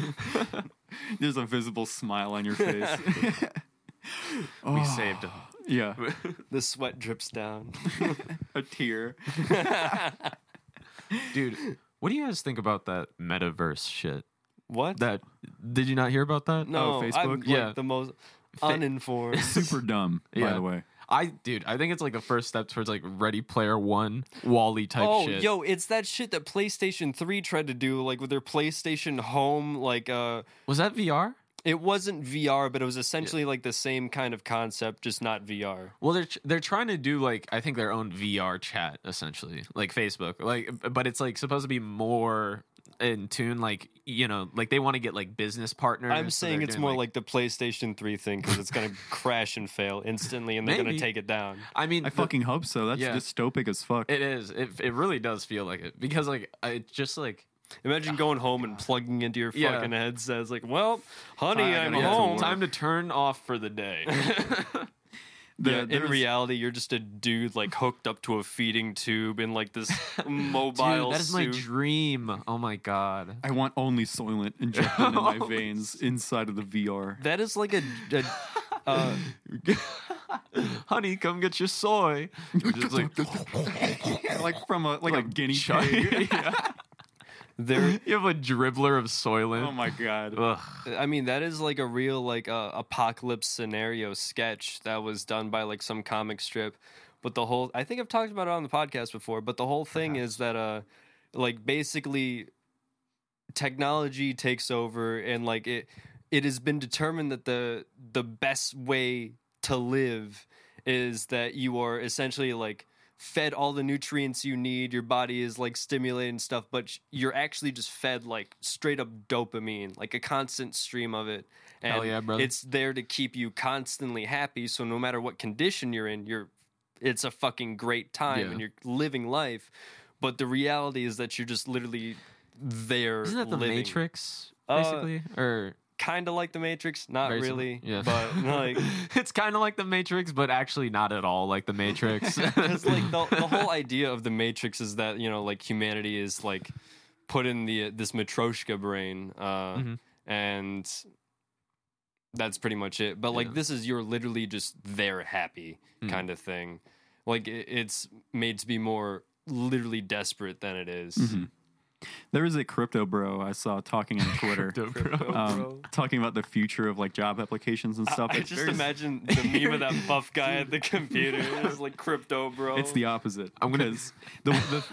"There's a visible smile on your face." Oh, We saved him. yeah, The sweat drips down. a tear. Dude, what do you guys think about that metaverse shit? What? That did you not hear about that? no, Oh, I'm like Facebook? Yeah. the most uninformed. Super dumb, by Yeah. the way. I dude, I think it's like the first step towards like Ready Player One, Wally type oh, shit. yo, it's that shit that PlayStation 3 tried to do, like with their PlayStation Home, like uh Was that VR? it wasn't VR, but it was essentially like the same kind of concept, just not VR. Well, they're they're trying to do like I think their own VR chat essentially, like Facebook, like but it's like supposed to be more in tune, like you know, like they want to get like business partners. I'm so saying they're it's doing, more like, the PlayStation 3 thing because it's gonna crash and fail instantly, and they're gonna Maybe. take it down. I mean, I the- fucking hope so. That's Yeah. dystopic as fuck. It is. It it really does feel like it because like I- it's just like Imagine going home and plugging into your Yeah. fucking headset. It's like, well, honey, I I'm gotta get to home. work. time to turn off for the day. The- Yeah, there in was- reality, you're just a dude like hooked up to a feeding tube in like this mobile. Dude, that is my suit. dream. Oh my god. I want only Soylent injected in my veins inside of the VR. That is like a. a uh, Honey, come get your soy. You're just like like from a like, a guinea chug- pig. there, you have a dribbler of soylent. oh my god. Ugh. I mean, that is like a real like uh, apocalypse scenario sketch that was done by like some comic strip. But the whole, I think I've talked about it on the podcast before. But the whole thing Uh-huh. is that uh, like basically, technology takes over, and like it, it has been determined that the the best way to live is that you are essentially like fed all the nutrients you need your body is like stimulated and stuff but sh- you're actually just fed like straight up dopamine like a constant stream of it and Hell yeah, brother. it's there to keep you constantly happy so no matter what condition you're in you're it's a fucking great time Yeah. and you're living life but the reality is that you're just literally there Isn't that the living. Matrix, Uh, basically? or kind of like the matrix not very sim- really yeah. but like it's kind of like the Matrix, but actually not at all like the Matrix. because like the, the whole idea of the matrix is that you know like humanity is like put in the this matryoshka brain uh Mhm. and that's pretty much it but like Yeah. Hmm. this is you're literally just there happy kind of thing like it, it's made to be more literally desperate than it is. Mm-hmm. There was a crypto bro I saw talking on Twitter. Uh, um, talking about the future of like job applications and stuff. I It's just very- imagine the meme of that buff guy at the computer. It's like crypto, bro. it's the opposite. I'm gonna- 'cause the, the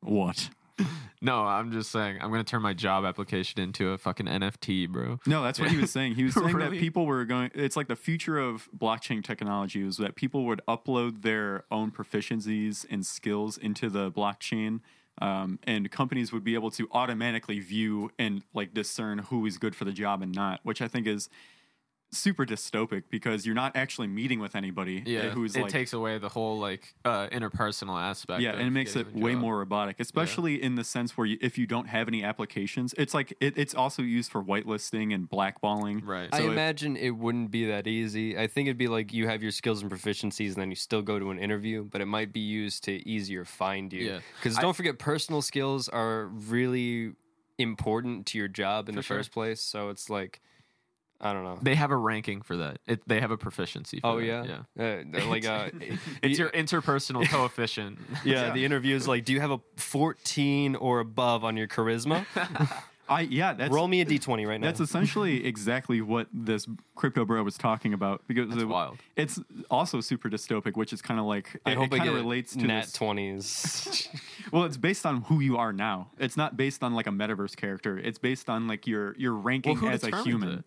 what? no, I'm just saying I'm gonna turn my job application into a fucking NFT, bro. No, that's what he was saying. He was saying that Really? people were going. It's like the future of blockchain technology was that people would upload their own proficiencies and skills into the blockchain, um, and companies would be able to automatically view and like discern who is good for the job and not, which I think is super dystopic because you're not actually meeting with anybody yeah, who's it like takes away the whole like uh, interpersonal aspect. yeah, of and it makes getting it the way job. more robotic, especially in the sense where you, if you don't have any applications, it's like it, it's also used for whitelisting and blackballing. right. I So if- imagine it wouldn't be that easy. I think it'd be like you have your skills and proficiencies, and then you still go to an interview, but it might be used to easier find you. Yeah. Because don't forget, personal skills are really important to your job in For the sure. first place. So it's like, I don't know. they have a ranking for that. It, they have a proficiency. For Oh that, yeah, yeah. Uh, like uh, It's your interpersonal coefficient. yeah, The interview is like, do you have a 14 or above on your charisma? I yeah, that's Roll me a d20 right now. That's essentially exactly what this crypto bro was talking about because That's it- wild. it's also super dystopic, which is kind of like it, I hope it I kind get of relates to nat this. 20s. well, it's based on who you are now. It's not based on like a metaverse character. It's based on like your your ranking who as a determines human. it?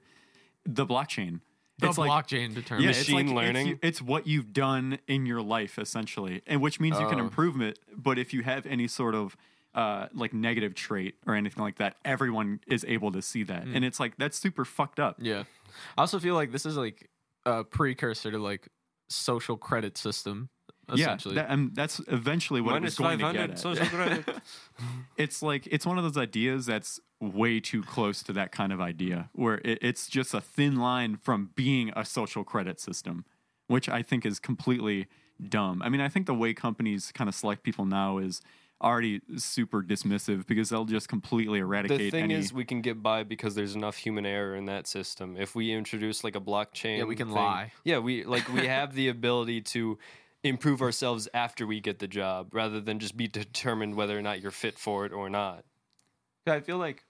The blockchain. The it's like blockchain determines. it's Machine it's learning? you- It's, what you've done in your life essentially, and which means you can Oh. improve it. But if you have any sort of uh, like negative trait or anything like that, everyone is able to see Hmm. that, and it's like that's super fucked up. Yeah. I also feel like this is like a precursor to like social credit system. Essentially. Yeah, that, um, that's eventually what it was going to get at. It's like it's one of those ideas that's way too close to that kind of idea, where it, it's just a thin line from being a social credit system, which I think is completely dumb. I mean, I think the way companies kind of select people now is already super dismissive because they'll just completely eradicate the thing any. is, we can get by because there's enough human error in that system. If we introduce like a blockchain, Yeah, we can thing- lie. Yeah, we like we have the ability to improve ourselves after we get the job, rather than just be determined whether or not you're fit for it or not. I feel like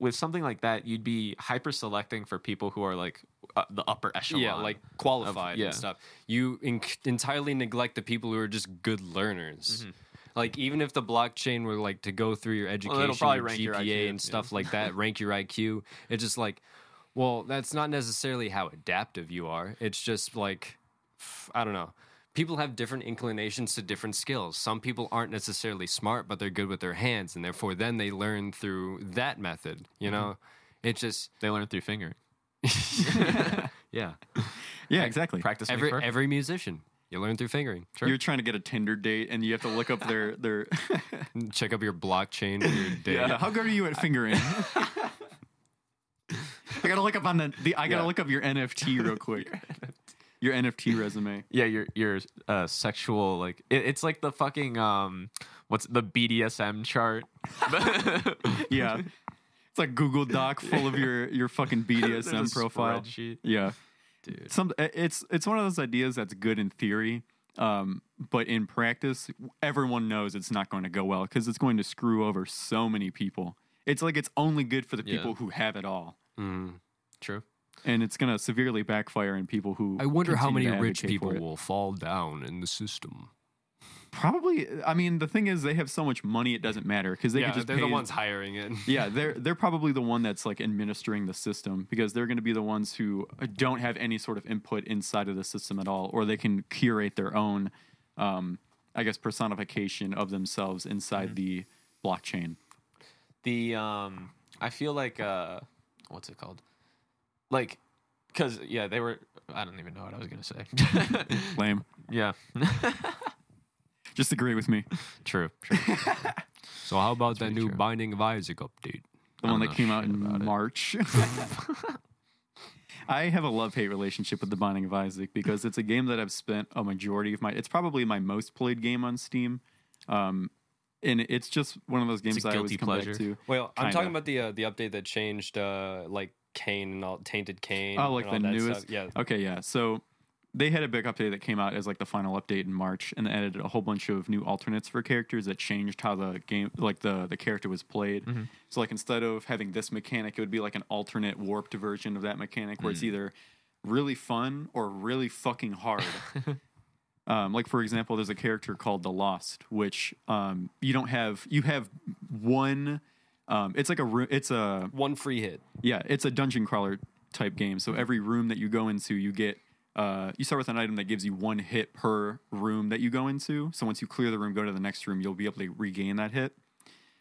with something like that, you'd be hyper selecting for people who are like uh, the upper echelon. Yeah, like qualified yeah. and stuff. You en- entirely neglect the people who are just good learners. Mm-hmm. Like even if the blockchain were like to go through your education, it'll probably your rank GPA your IQ, and yeah. stuff like that, rank your IQ. It's just like, well, that's not necessarily how adaptive you are. It's just like, f- I don't know. People have different inclinations to different skills. Some people aren't necessarily smart, but they're good with their hands, and therefore then they learn through that method. You Mm-hmm. know, it's just they learn through fingering. yeah. yeah, exactly. Practice makes Every perfect. every musician, you learn through fingering. You're trying to get a Tinder date, and you have to look up their their. Check up your blockchain for your date. yeah, how good are you at fingering? I gotta look up on the, the I gotta Yeah. look up your NFT real quick. your NFT resume. Yeah, your your uh, sexual like it, it's like the fucking um what's the BDSM chart. Yeah. It's like Google Doc full of your your fucking There's a BDSM profile. spreadsheet. Yeah. Dude. Some it's it's one of those ideas that's good in theory, um, but in practice, everyone knows it's not going to go well because it's going to screw over so many people. It's like it's only good for the Yeah. people who have it all, Hmm. Mm. True. and it's going to severely backfire in people who. I wonder how many continue to rich advocate people for it. will fall down in the system. Probably, I mean, the thing is, they have so much money it doesn't matter because they Yeah, could just they're pay the ones hiring it. Yeah, they're they're probably the one that's like administering the system because they're going to be the ones who uh, don't have any sort of input inside of the system at all, or they can curate their own, um, I guess, personification of themselves inside Mm-hmm. the blockchain. the um i feel like uh what's it called like because yeah they were i don't even know what i was gonna say Lame. yeah Just agree with me. true, true. So how about that pretty new true. Binding of Isaac update? The I'm one that not came out shit about in it. March. I have a love hate relationship with The Binding of Isaac because it's a game that I've spent a majority of my. It's probably my most played game on Steam, um, and it's just one of those games a I always guilty come pleasure. back to. Well, I'm Kinda. talking about the uh, the update that changed uh, like Kane and all tainted Kane. Oh, like and all the that newest? stuff. Yeah. Okay, yeah. So they had a big update that came out as like the final update in March, and added a whole bunch of new alternates for characters that changed how the game, like the the character was played. So like instead of having this mechanic, it would be like an alternate warped version of that mechanic where it's either really fun or really fucking hard. Um, like for example, there's a character called the Lost, which um, you don't have. You have one. Um, it's like a ru- it's a One free hit. yeah, it's a dungeon crawler type game. So every room that you go into, you get uh, you start with an item that gives you one hit per room that you Oh. Uh, go into. So once you clear the room, go to the next room, you'll be able to regain that hit.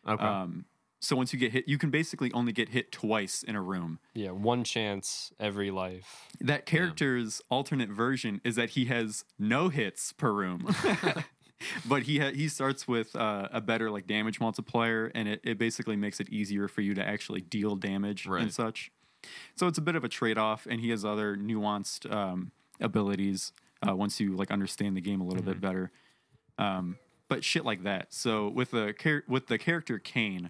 okay Um, So once you get hit, you can basically only get hit twice in a room. Yeah, one chance every life. That character's alternate version is that he has no hits per room. But he ha- he starts with uh, a better like damage multiplier, and it, it basically makes it easier for you to actually deal damage Right. and such. So it's a bit of a trade off, and he has other nuanced um, abilities uh, once you like understand the game a little bit better. Um, but shit like that. So with the char- with the character Kane,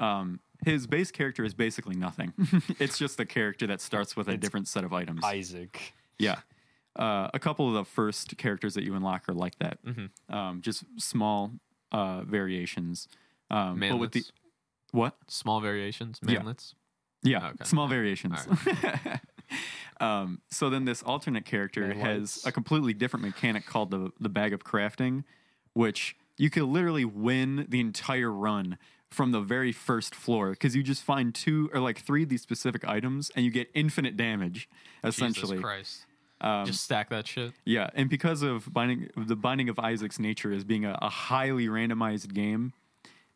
um, his base character is basically nothing. it's just the character that starts with a different set of items. Isaac. Yeah. Uh, a couple of the first characters that you unlock are like that. Mm-hmm. Um, just small uh, variations. Um, but with the Manlets? what? Small variations, Yeah. manlets. Yeah, Oh, Okay. small variations. um, so then this alternate character has Manlites. a completely different mechanic called the the bag of crafting, which you could literally win the entire run from the very first floor because you just find two or like three of these specific items and you get infinite damage essentially. Um, Jesus Christ. Just stack that shit. Yeah, and because of binding the binding of Isaac's nature as being a, a highly randomized game,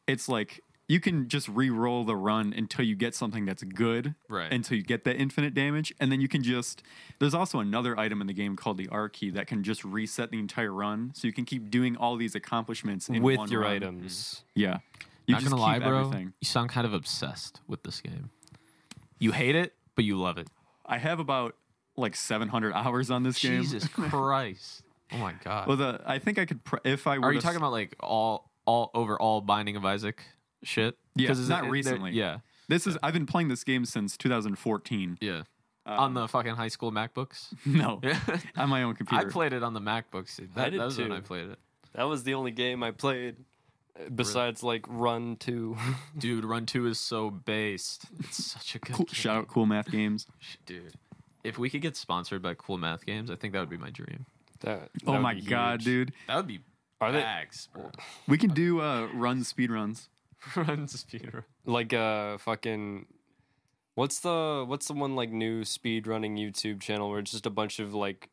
it's like you can just re-roll the run until you get something that's good, Right. Until you get that infinite damage, and then you can just. There's also another item in the game called the R key that can just reset the entire run, so you can keep doing all these accomplishments in With one your run. items. Yeah, you Not just gonna lie, keep bro. everything. You sound kind of obsessed with this game. You hate it, but you love it. I have about like 700 hours on this game. Jesus Christ. Oh my god. Well, the I think I could pr- if I were Are you to talking about like all all overall Binding of Isaac shit? Yeah, 'Cause is it- not it- there- recently. Yeah, This is I've been playing this game since 2014. yeah. Um, on the fucking high school MacBooks. No, Yeah. on my own I computer. played it on the Mm-hmm. MacBooks. dude. That, did that was when too. I played it. That was the only game I played uh, besides like Run 2. Dude, Run Two is so based. It's such a good cool, game. shout out Cool Math Games. dude. If we could get sponsored by Cool Math Games, I think that would be my dream. That- that Oh would my be god, huge. dude, That would be Are they- bags, bro. we can do uh, run speed runs. Run speedrun. Like uh fucking What's the what's the one like new speed running YouTube channel where it's just a bunch of like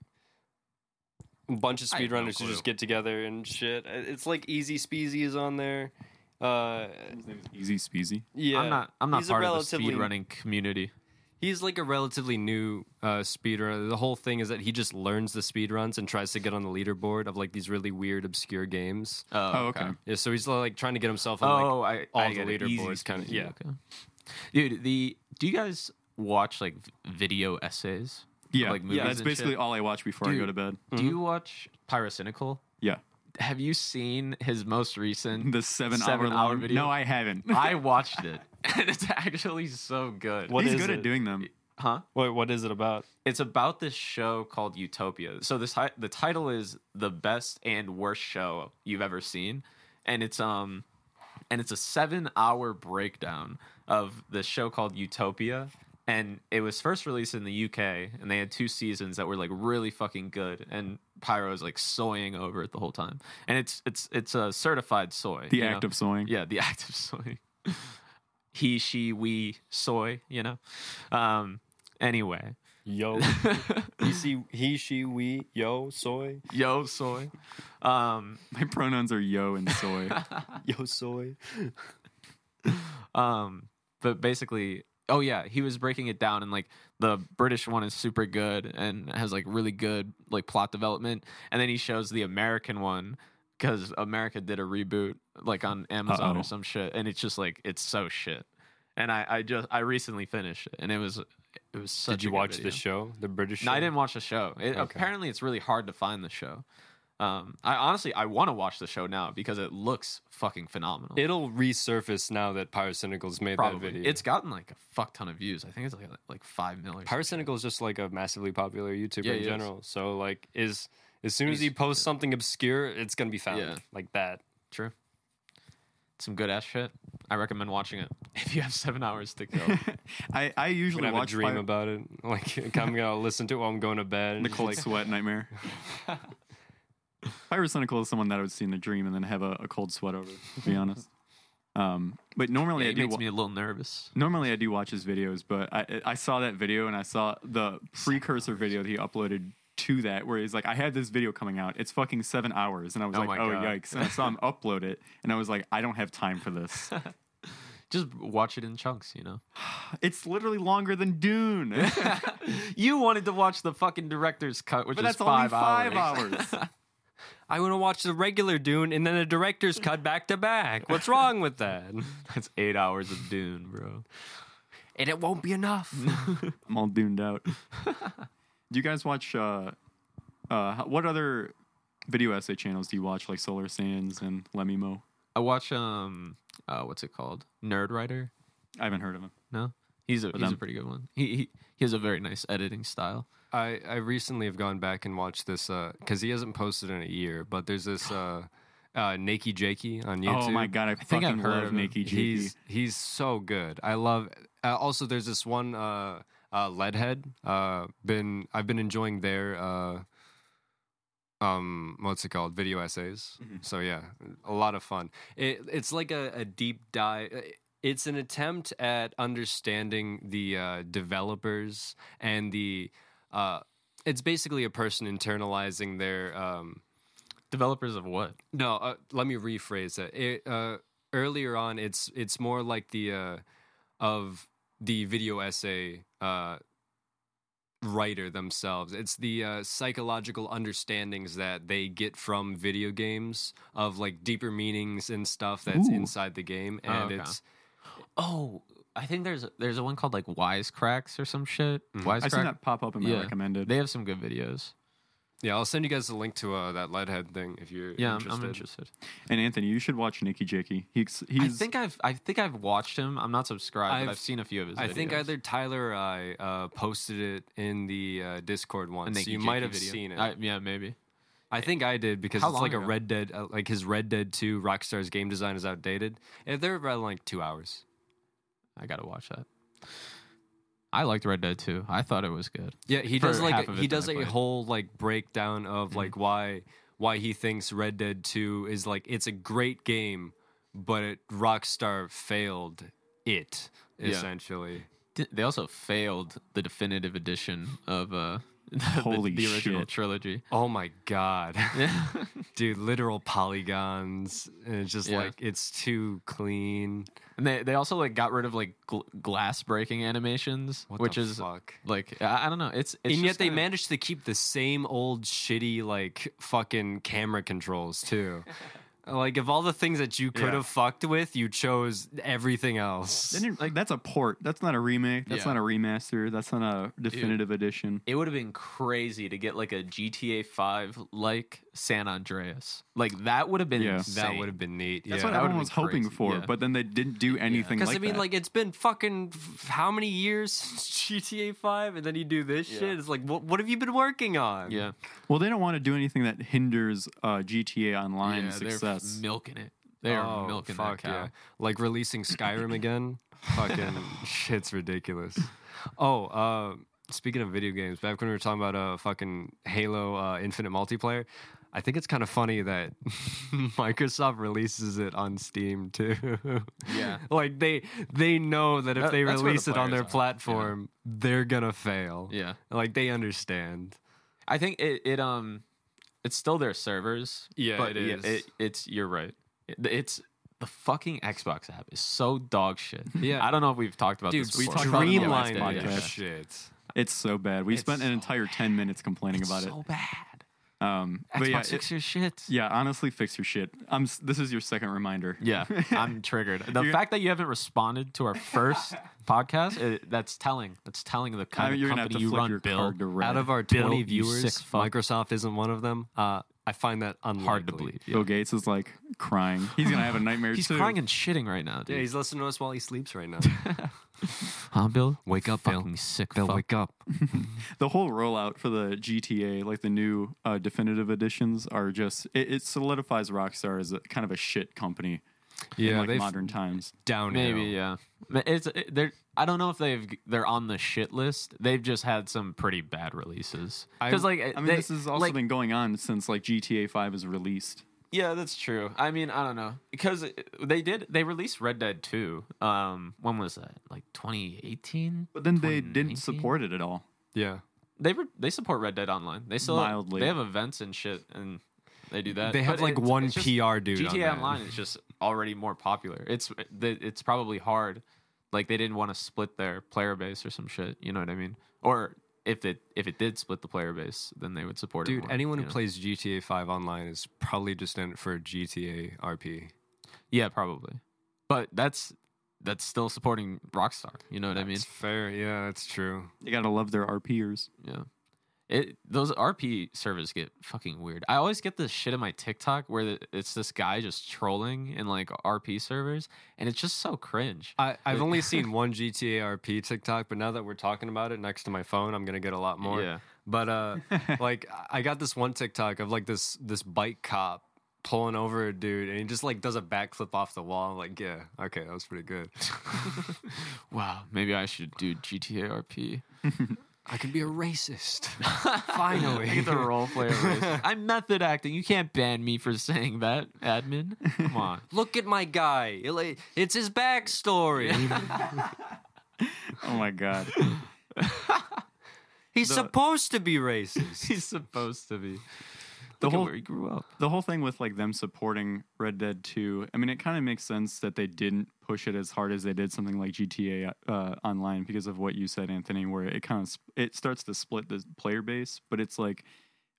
bunch of I have no speedrunners who clue. just get together and shit. Uh, It's like Easy Speezy is on there. Uh Easy speezy. yeah. I'm not. I'm not He's a part of the relatively- speedrunning community. He's like a relatively new uh, speedrunner. The whole thing is that he just learns the speedruns and tries to get on the leaderboard of like these really weird, obscure games. Oh, okay. Yeah, so he's like trying to get himself on like Uh, Oh, I all I the get it. Easy leaderboards kind of. speed, Yeah, okay. Dude, the do you guys watch like v- video essays? of, Yeah, like movies yeah. That's and basically shit? all I watch before I go Dude. to bed. Do you watch Pyrocynical? Yeah, Have you seen his most recent? the seven, Seven hour, hour long- video. No, I haven't. I watched it, and it's actually so good. What He's is good it? at doing them. Huh? Wait, what is it about? It's about this show called Utopia. So this hi- the title is the best and worst show you've ever seen, and it's um, and it's a seven hour breakdown of the show called Utopia. And it was first released in the UK, and they had two seasons that were like really fucking good. And Pyro is like soying over it the whole time, and it's it's it's a certified soy. The you act know? of sewing. Yeah, the act of soy. he, she, we, soy, you know? Um, anyway. Yo, he, see, he, she, we, yo, soy, Yo, soy. Um, My pronouns are yo and soy. yo, soy. um, but basically, oh yeah, he was breaking it down, and like the British one is super good and has like really good like plot development, and then he shows the American one because America did a reboot like on Amazon Uh-oh. or some shit, and it's just like it's so shit. And I, I just I recently finished it, and it was it was such. Did you a good watch video. the show, the British? No, I show? didn't watch the show. It, Apparently, it's really hard to find the show. Um, I honestly, I want to watch the show now because it looks fucking phenomenal. It'll resurface now that Pyrocynical's made probably that video. it's gotten like a fuck ton of views. I think it's like like five million. Pyrocynical is just like a massively popular YouTuber Yeah, in he is. general. So like, is as soon as he He's- posts something obscure, it's gonna be found Yeah. like that. True. Some good ass shit. I recommend watching it if you have seven hours to go. I, I I'm usually gonna have a watch dream Py- about it. Like I'm gonna listen to it while I'm going to bed. And the just, cold like, sweat nightmare. Pyrocynical is someone that I would see in the dream and then have a, a cold sweat over. To be honest. Um, but normally yeah, I it do. makes wa- me a little nervous. Normally, I do watch his videos, but I I saw that video and I saw the precursor video that he uploaded to that, where he's like, "I had this video coming out. It's fucking seven hours," and I was Oh like, my "Oh God." yikes!" And I saw him upload it, and I was like, "I don't have time for this." Just watch it in chunks, you know. It's literally longer than Dune. but you wanted to watch the fucking director's cut, which is that's only five, five hours. I want to watch the regular Dune and then the director's cut back to back. What's wrong with that? That's eight hours of Dune, bro. And it won't be enough. I'm all Duned out. Do you guys watch? Uh, uh, h- what other video essay channels do you watch? Like Solar Sands and Lemimo. I watch um, uh, what's it called? Nerd Writer. I haven't heard of them. No, he's a he's a them. pretty good one. He, he he has a very nice editing style. I, I recently have gone back and watched this because he hasn't posted in a year, but there's this uh, uh, Nakey Jakey on YouTube. Oh my god, I, think fucking I've heard love of him. Nikki G. He's he's so good. I love. Uh, also, there's this one uh, uh, Leadhead. Uh, been I've been enjoying their uh, um what's it called video essays. Mm-hmm. So yeah, a lot of fun. It, it's like a, a deep dive. uh, It's an attempt at understanding the uh, developers and the. Uh, it's basically a person internalizing their. Um, Developers of what? no, uh, let me rephrase that. It, uh, earlier on, it's it's more like the uh, of the video essay uh, writer themselves. It's the uh, psychological understandings that they get from video games of like deeper meanings and stuff that's Ooh. inside the game, and okay. it's Oh, I think there's there's a one called like Wisecracks or some shit. Mm. I've seen Wisecrack. that pop up in my Yeah. recommended. They have some good videos. yeah. I'll send you guys a link to uh, that leadhead thing if you're Yeah, I'm, interested. I'm interested. and Anthony, you should watch Nikki Jakey. He's I he's think I've I think I've watched him. I'm not subscribed, but I've- I've seen a few of his. I think videos. either Tyler or I uh, posted it in the uh, Discord A once. So Naked you Jakey might have video. seen it. I- yeah, maybe. I think I did because How it's like long a ago? Red Dead, uh, like his Red Dead 2 Rockstar's game design is outdated. And they're around like two hours. I gotta watch that. I liked Red Dead 2. I thought it was good. Yeah, he For does half like Mm-hmm. a, of he it that does I a played. whole like breakdown of like why why he thinks Red Dead 2 is like it's a great game, but it, Rockstar failed it Yeah. essentially. Di- They also failed the definitive edition of uh, the, Holy the original shit. trilogy. Oh my god. Dude, literal polygons and it's just Yeah. like it's too clean. And they they also like got rid of like gl- glass breaking animations, What which the is fuck? like I, I don't know. It's, it's and yet just they kinda- managed to keep the same old shitty like fucking camera controls too. like of all the things that you could Yeah. have fucked with, you chose everything else. Then you're- that's a port. That's not a remake. That's Yeah. not a remaster. That's not a definitive edition. It would have been crazy to get like a GTA 5 like San Andreas. Like that would have been Yeah. That That insane. would have been neat. That's yeah. what that would've everyone been was hoping crazy, for, yeah. but then they didn't do anything because like I mean, that. like it's been fucking f- how many years since GTA Five, and then you do this shit. It's like, what what have you been working on? yeah. well, they don't want to do anything that hinders uh, GTA Online yeah, they're success. milking it. They're Oh, milking fuck that cow. yeah. Like releasing Skyrim again. Fucking shit's ridiculous. Oh, uh, speaking of video games, back when we were talking about uh, fucking Halo uh, Infinite Multiplayer, I think it's kind of funny that Microsoft releases it on Steam too. Yeah. like they they know that if That- they that's where the release it on players their are, yeah. platform, they're gonna fail. Yeah. Like they understand. I think it, it um it's still their servers. Yeah, but it yeah, is. it, it's you're right. It- it's the fucking Xbox app is so dog shit. Yeah. I don't know if we've talked about Dude, this. we before. talked about it on the last streamline Yeah, yeah, this podcast. shit. it's so bad. We It's spent an so entire ten minutes complaining about So bad. it. Um, but Xbox yeah, it- fix your shit. yeah, honestly, fix your shit. I'm. s- This is your second reminder. Yeah, I'm triggered. The fact that you haven't responded to our first podcast, it, that's telling. That's telling the I kind mean, you're of gonna have company to you flip run, your Bill. card to red. Out of our Bill, 20 you viewers, sick fuck. Microsoft isn't one of them. Uh, I find that unlikely. Hard to believe. Yeah. Bill Gates is like crying. He's gonna have a nightmare He's too. crying and shitting right now, Yeah, dude. he's listening to us while he sleeps right now. huh, Bill? Wake up, Bill. fucking sick Bill, fuck. wake up. the whole rollout for the GTA, like the new uh, definitive editions, are just it, it solidifies Rockstar as a, kind of a shit company in Yeah, like they've modern times. downhill. Maybe yeah. Ma- It's it, they're. I don't know if they've they're on the shit list. They've just had some pretty bad releases. Because like I mean, this has also been going on since like GTA Five was released. yeah, that's true. I mean, I don't know because uh, they did they released Red Dead Two. Um, when was that? Like 2018. But then they didn't 2019? support it at all. Yeah. They were they support Red Dead Online. They still Mildly. They have events and shit, and they do that. They have But like it's- one it's just- PR dude. on GTA that. Online is just already more popular. It's the, it's probably hard. Like they didn't want to split their player base or some shit. You know what I mean? Or if it if it did split the player base, then they would support it. Dude, more, anyone you who know? plays GTA 5 online is probably just in it for GTA RP. Yeah, probably. But that's that's still supporting Rockstar. You know what I mean? It's fair. Yeah, that's true. You gotta love their RPers. Yeah. It those RP servers get fucking weird. I always get this shit in my TikTok where the, it's this guy just trolling in like RP servers, and it's just so cringe. I, I've only seen one GTA RP TikTok, but now that we're talking about it next to my phone, I'm gonna get a lot more. Yeah. But uh, like I got this one TikTok of like this this bike cop pulling over a dude, and he just like does a backflip off the wall. I'm like, yeah, okay, that was pretty good. Wow, maybe I should do GTA RP. I could be a racist. Finally, I get the role player. racist. I'm method acting. You can't ban me for saying that, admin. Come on. Look at my guy. It, like, It's his backstory. Oh my god. He's supposed to be racist. He's supposed to be. The Look at whole- where he grew up. the whole thing with like them supporting Red Dead 2, I mean, it kind of makes sense that they didn't push it as hard as they did something like GTA uh, Online because of what you said, Anthony, where it kind of it starts to split the player base. But it's like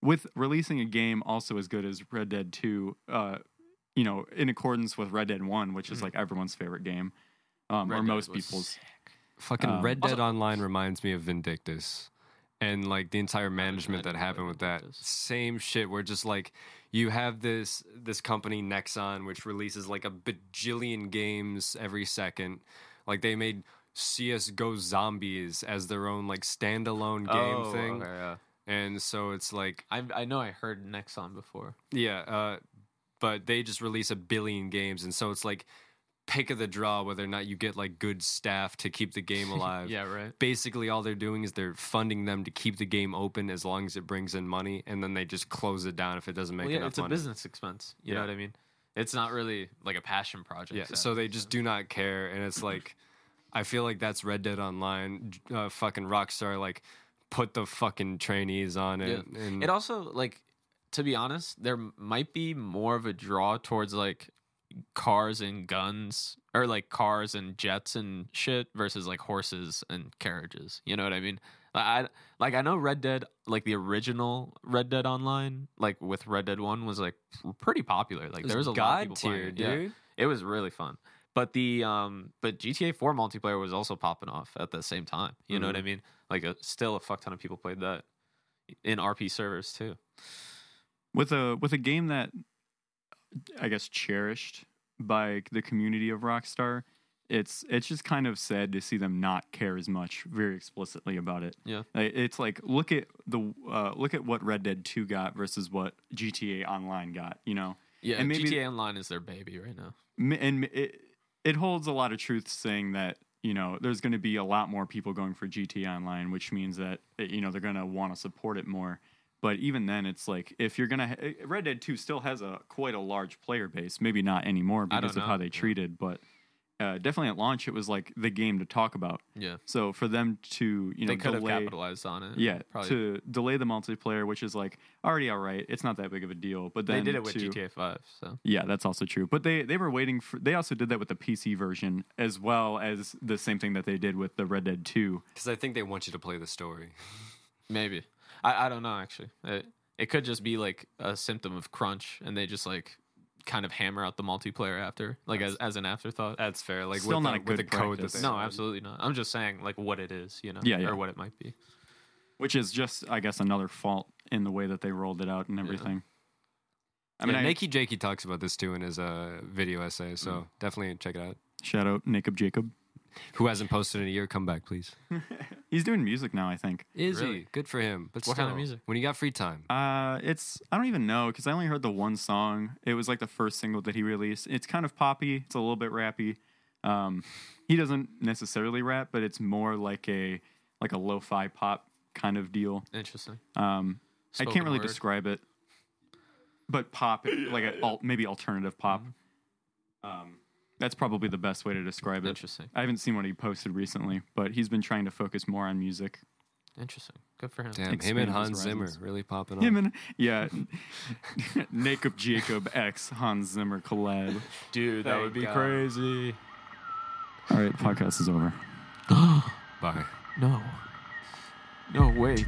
with releasing a game also as good as Red Dead 2, uh, you know, in accordance with Red Dead 1, which is like everyone's favorite game, um, Mm-hmm. Red or Dead most was people's. Fucking Um, Red Dead Online reminds me of Vindictus and like the entire Red management that Dead happened with that Vindictus. same shit where just like you have this this company Nexon which releases like a bajillion games every second like they made CS:GO Zombies as their own like standalone game Oh, thing okay, yeah. and so it's like I I know I heard Nexon before. yeah, uh, but they just release a billion games, and so it's like pick of the draw whether or not you get like good staff to keep the game alive. Yeah, right. Basically, all they're doing is they're funding them to keep the game open as long as it brings in money, and then they just close it down if it doesn't make Well, yeah, enough it's money. a business expense. You know Yeah. what I mean? It's not really like a passion project. Yeah, sadly, so they just do not care, and it's like I feel like that's Red Dead Online, j- uh, fucking Rockstar, like put the fucking trainees on it. And It also like to be honest, there m- might be more of a draw towards like cars and guns or like cars and jets and shit versus like horses and carriages. You know what I mean? I like I know Red Dead like the original Red Dead Online like with Red Dead 1 was like pretty popular. Like there was a lot of people god playing tier, it. Yeah. dude. It was really fun. But the um but GTA 4 multiplayer was also popping off at the same time. You know what I Mm-hmm. mean? Like a, still a fuck ton of people played that in RP servers too. with a with a game that I guess cherished by the community of Rockstar. It's it's just kind of sad to see them not care as much very explicitly about it. Yeah. Like, it's like look at the uh, look at what Red Dead Two got versus what GTA Online got. You know, Yeah, And maybe- GTA Online is their baby right now. M- and it it holds a lot of truth saying that you know there's going to be a lot more people going for GT Online, which means that eh, you know they're going to want to support it more. But even then, it's like if you're going to ha- eh, Red Dead Two still has a quite a large player base, maybe not anymore I don't because of know, how they yeah. treated, but. Uh, definitely at launch, it was like the game to talk about. Yeah, So for them to, you know, they could delay, have capitalized on it. yeah, probably. to delay the multiplayer, which is like already all right. It's not that big of a deal. But they then did it with to- GTA Five. So yeah, that's also true. But they they were waiting for they also did that with the PC version as well as the same thing that they did with the Red Dead 2. Because I think they want you to play the story. maybe I, I don't know actually. It, it could just be like a symptom of crunch, and they just like kind of hammer out the multiplayer after, like as, as an afterthought. That's fair. Like Still with not the, a with good the code that practice. they no, absolutely not. I'm just saying like what it is, you know, Yeah, yeah. or what it might be. Which is just I guess another fault in the way that they rolled it out and everything. I I mean mean, I Nakey Jakey talks about this too in his uh, video essay, so definitely check it out. shout out Jacob Jacob. Who hasn't posted in a year, come back, please. He's doing music now, I think. Is Really? he? Good for him. But What kind of still, music? When you got free time. Uh it's I don't even know cuz I only heard the one song. It was like the first single that he released. It's kind of poppy, it's a little bit rappy. Um he doesn't necessarily rap, but it's more like a like a lo-fi pop kind of deal. Interesting. Um, I Spoken can't really word. describe it, but pop, like a, al- maybe alternative pop. Mm-hmm. Um, that's probably the best way to describe it. Interesting. I haven't seen what he posted recently, but he's been trying to focus more on music. Interesting. Good for him. Damn, him Expand and his Hans Zimmer horizons. really popping Him up. and yeah, Jacob Jacob X Hans Zimmer collab. Dude, that would be crazy. All right, podcast is over. Bye. No. No, wait.